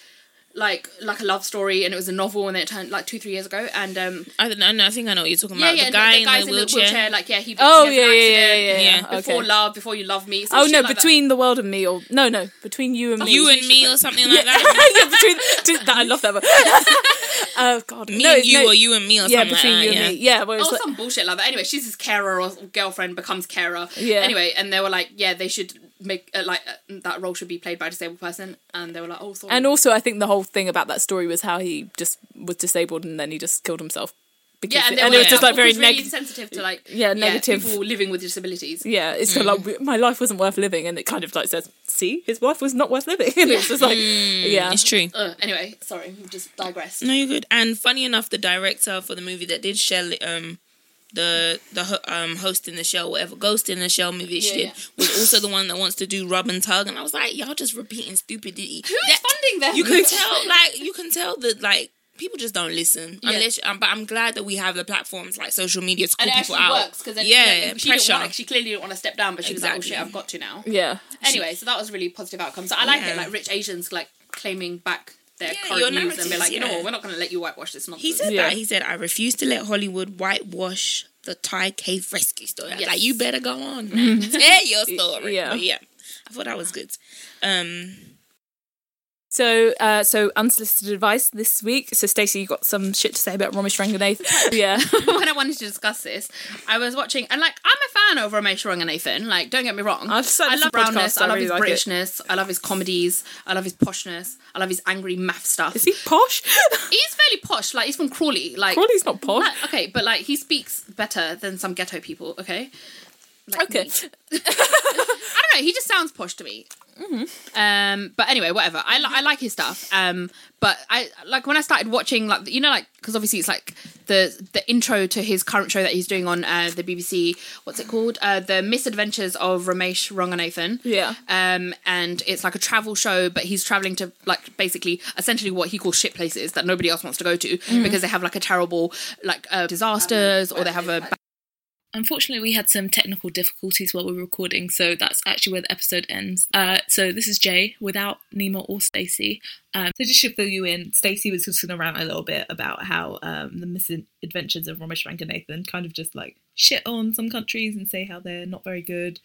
Speaker 3: like like a love story, and it was a novel, and then it turned like two three years ago, and um,
Speaker 2: I don't know. No, I think I know what you're talking
Speaker 3: yeah,
Speaker 2: about.
Speaker 3: yeah,
Speaker 2: the
Speaker 3: and
Speaker 2: guy
Speaker 3: the,
Speaker 2: in,
Speaker 3: guy's
Speaker 2: the wheelchair.
Speaker 3: like yeah, he, he
Speaker 1: Oh,
Speaker 3: has an
Speaker 1: yeah, yeah, yeah,
Speaker 3: accident,
Speaker 1: yeah,
Speaker 2: yeah.
Speaker 1: yeah. Okay.
Speaker 3: before love, before you love me. some
Speaker 1: Oh
Speaker 3: shit
Speaker 1: no,
Speaker 3: like that.
Speaker 1: between the world and me, or no, no, between you and me.
Speaker 2: Oh, you and me, or something like that.
Speaker 1: yeah, between t- that, I love that. One. oh God,
Speaker 2: Me
Speaker 1: no,
Speaker 2: and you,
Speaker 1: no,
Speaker 2: or you and me, or
Speaker 1: yeah,
Speaker 2: something like
Speaker 1: between
Speaker 2: that.
Speaker 1: you
Speaker 2: yeah.
Speaker 1: and me, yeah. Where
Speaker 3: Oh,
Speaker 1: it's like,
Speaker 3: some bullshit like that. Anyway, she's his carer or girlfriend becomes carer.
Speaker 1: Yeah.
Speaker 3: Anyway, and they were like, yeah, they should make uh, like uh, that role should be played by a disabled person, and they were like, oh, sorry.
Speaker 1: and also, I think the whole thing about that story was how he just was disabled and then he just killed himself. Because
Speaker 3: yeah, and,
Speaker 1: and,
Speaker 3: they
Speaker 1: it
Speaker 3: were
Speaker 1: was just like very
Speaker 3: was really
Speaker 1: negative.
Speaker 3: sensitive to like
Speaker 1: Yeah, negative-
Speaker 3: people living with disabilities.
Speaker 1: Yeah, it's
Speaker 2: Mm.
Speaker 1: kind of like my life wasn't worth living, and it kind of like says, "See, his wife was not worth living," and it's just like, yeah,
Speaker 2: Mm. It's true.
Speaker 3: Uh, anyway, sorry, we just digressed.
Speaker 2: No, you're good. And funny enough, the director for the movie that did Shell, um, the the ho- um host in the show, whatever Ghost in the Shell movie she
Speaker 3: Yeah,
Speaker 2: did,
Speaker 3: yeah.
Speaker 2: was also the one that wants to do Robin Tug, and I was like, y'all just repeating stupidity.
Speaker 3: Who's
Speaker 2: That-
Speaker 3: funding them?
Speaker 2: you can tell, like you can tell that like people just don't listen.
Speaker 3: Yeah.
Speaker 2: Unless, um, but I'm glad that we have the platforms like social media to call
Speaker 3: and it
Speaker 2: people
Speaker 3: actually
Speaker 2: out.
Speaker 3: works because
Speaker 2: yeah,
Speaker 3: she
Speaker 2: pressure.
Speaker 3: Didn't want, she clearly didn't want to step down, but she was
Speaker 2: Exactly.
Speaker 3: like, "Oh shit, I've got to now."
Speaker 1: yeah.
Speaker 3: Anyway, so that was a really positive outcome. So I like
Speaker 2: Yeah.
Speaker 3: it, like rich Asians like claiming back their
Speaker 2: Yeah, your
Speaker 3: current views and be
Speaker 2: narratives,
Speaker 3: like, you know
Speaker 2: yeah.
Speaker 3: what, we're not going to let you whitewash this nonsense.
Speaker 2: He said
Speaker 1: Yeah.
Speaker 2: that. He said, I refuse to let Hollywood whitewash the Thai cave rescue story. I was
Speaker 3: Yes.
Speaker 2: Like, you better go on. man. Tell your story.
Speaker 1: Yeah.
Speaker 2: Yeah. yeah. I thought that was good. Um,
Speaker 1: So, uh, so unsolicited advice this week. So, Stacey, you got some shit to say about Ramesh Ranganath? yeah,
Speaker 3: when I wanted to discuss this, I was watching, and like I'm a fan of Ramesh Ranganathan. Like, don't get me wrong.
Speaker 1: I've said
Speaker 3: I
Speaker 1: this podcast,
Speaker 3: love brownness.
Speaker 1: I
Speaker 3: I, love
Speaker 1: really
Speaker 3: his
Speaker 1: like it.
Speaker 3: Britishness. I love his comedies. I love his poshness. I love his angry math stuff.
Speaker 1: is he posh?
Speaker 3: He's fairly posh. Like, he's from Crawley. Like,
Speaker 1: Crawley's not posh.
Speaker 3: Like, okay, but like he speaks better than some ghetto people. Okay. Like
Speaker 1: Okay,
Speaker 3: me. I don't know. He just sounds posh to me. Um, but anyway, whatever. I, li- I like his stuff. Um, but I like when I started watching, like you know, like because obviously it's like the the intro to his current show that he's doing on uh, the BBC. What's it called? Uh, the Misadventures of Ramesh Ranganathan.
Speaker 1: Yeah.
Speaker 3: Um, and it's like a travel show, but he's traveling to like basically essentially what he calls shit places that nobody else wants to go to because they have like a terrible like uh, disasters or they have a
Speaker 5: Unfortunately, we had some technical difficulties while we were recording, so that's actually where the episode ends. Uh, so this is Jay without Nemo or Stacey. Um, so just to fill you in, Stacey was just going to rant a little bit about how um, the misadventures of Ramesh Ranganathan kind of just like shit on some countries and say how they're not very good,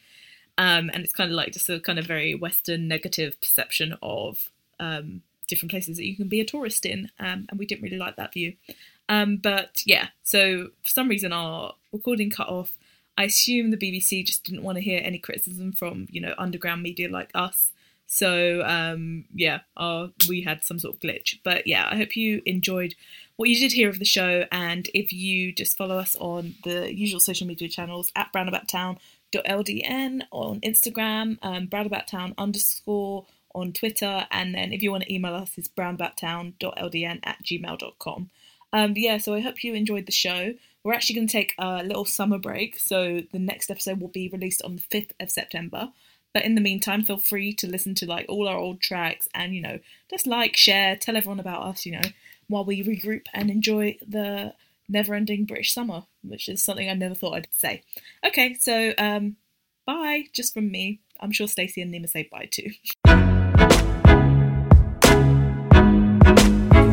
Speaker 5: um, and it's kind of like just a kind of very Western negative perception of um, different places that you can be a tourist in, um, and we didn't really like that view. Um, but yeah, so for some reason our recording cut off. I assume the BBC just didn't want to hear any criticism from you know underground media like us. So um, yeah, our, we had some sort of glitch. But yeah, I hope you enjoyed what you did hear of the show. And if you just follow us on the usual social media channels at brownabouttown.ldn on Instagram, um, brownabouttown underscore on Twitter, and then if you want to email us, it's brownabouttown.ldn at gmail.com. Um, yeah, so I hope you enjoyed the show. We're actually going to take a little summer break, so the next episode will be released on the 5th of September. But in the meantime, feel free to listen to like all our old tracks and you know, just like, share, tell everyone about us, you know, while we regroup and enjoy the never ending British summer, which is something I never thought I'd say. Okay, so um bye, just from me. I'm sure Stacey and Nima say bye too.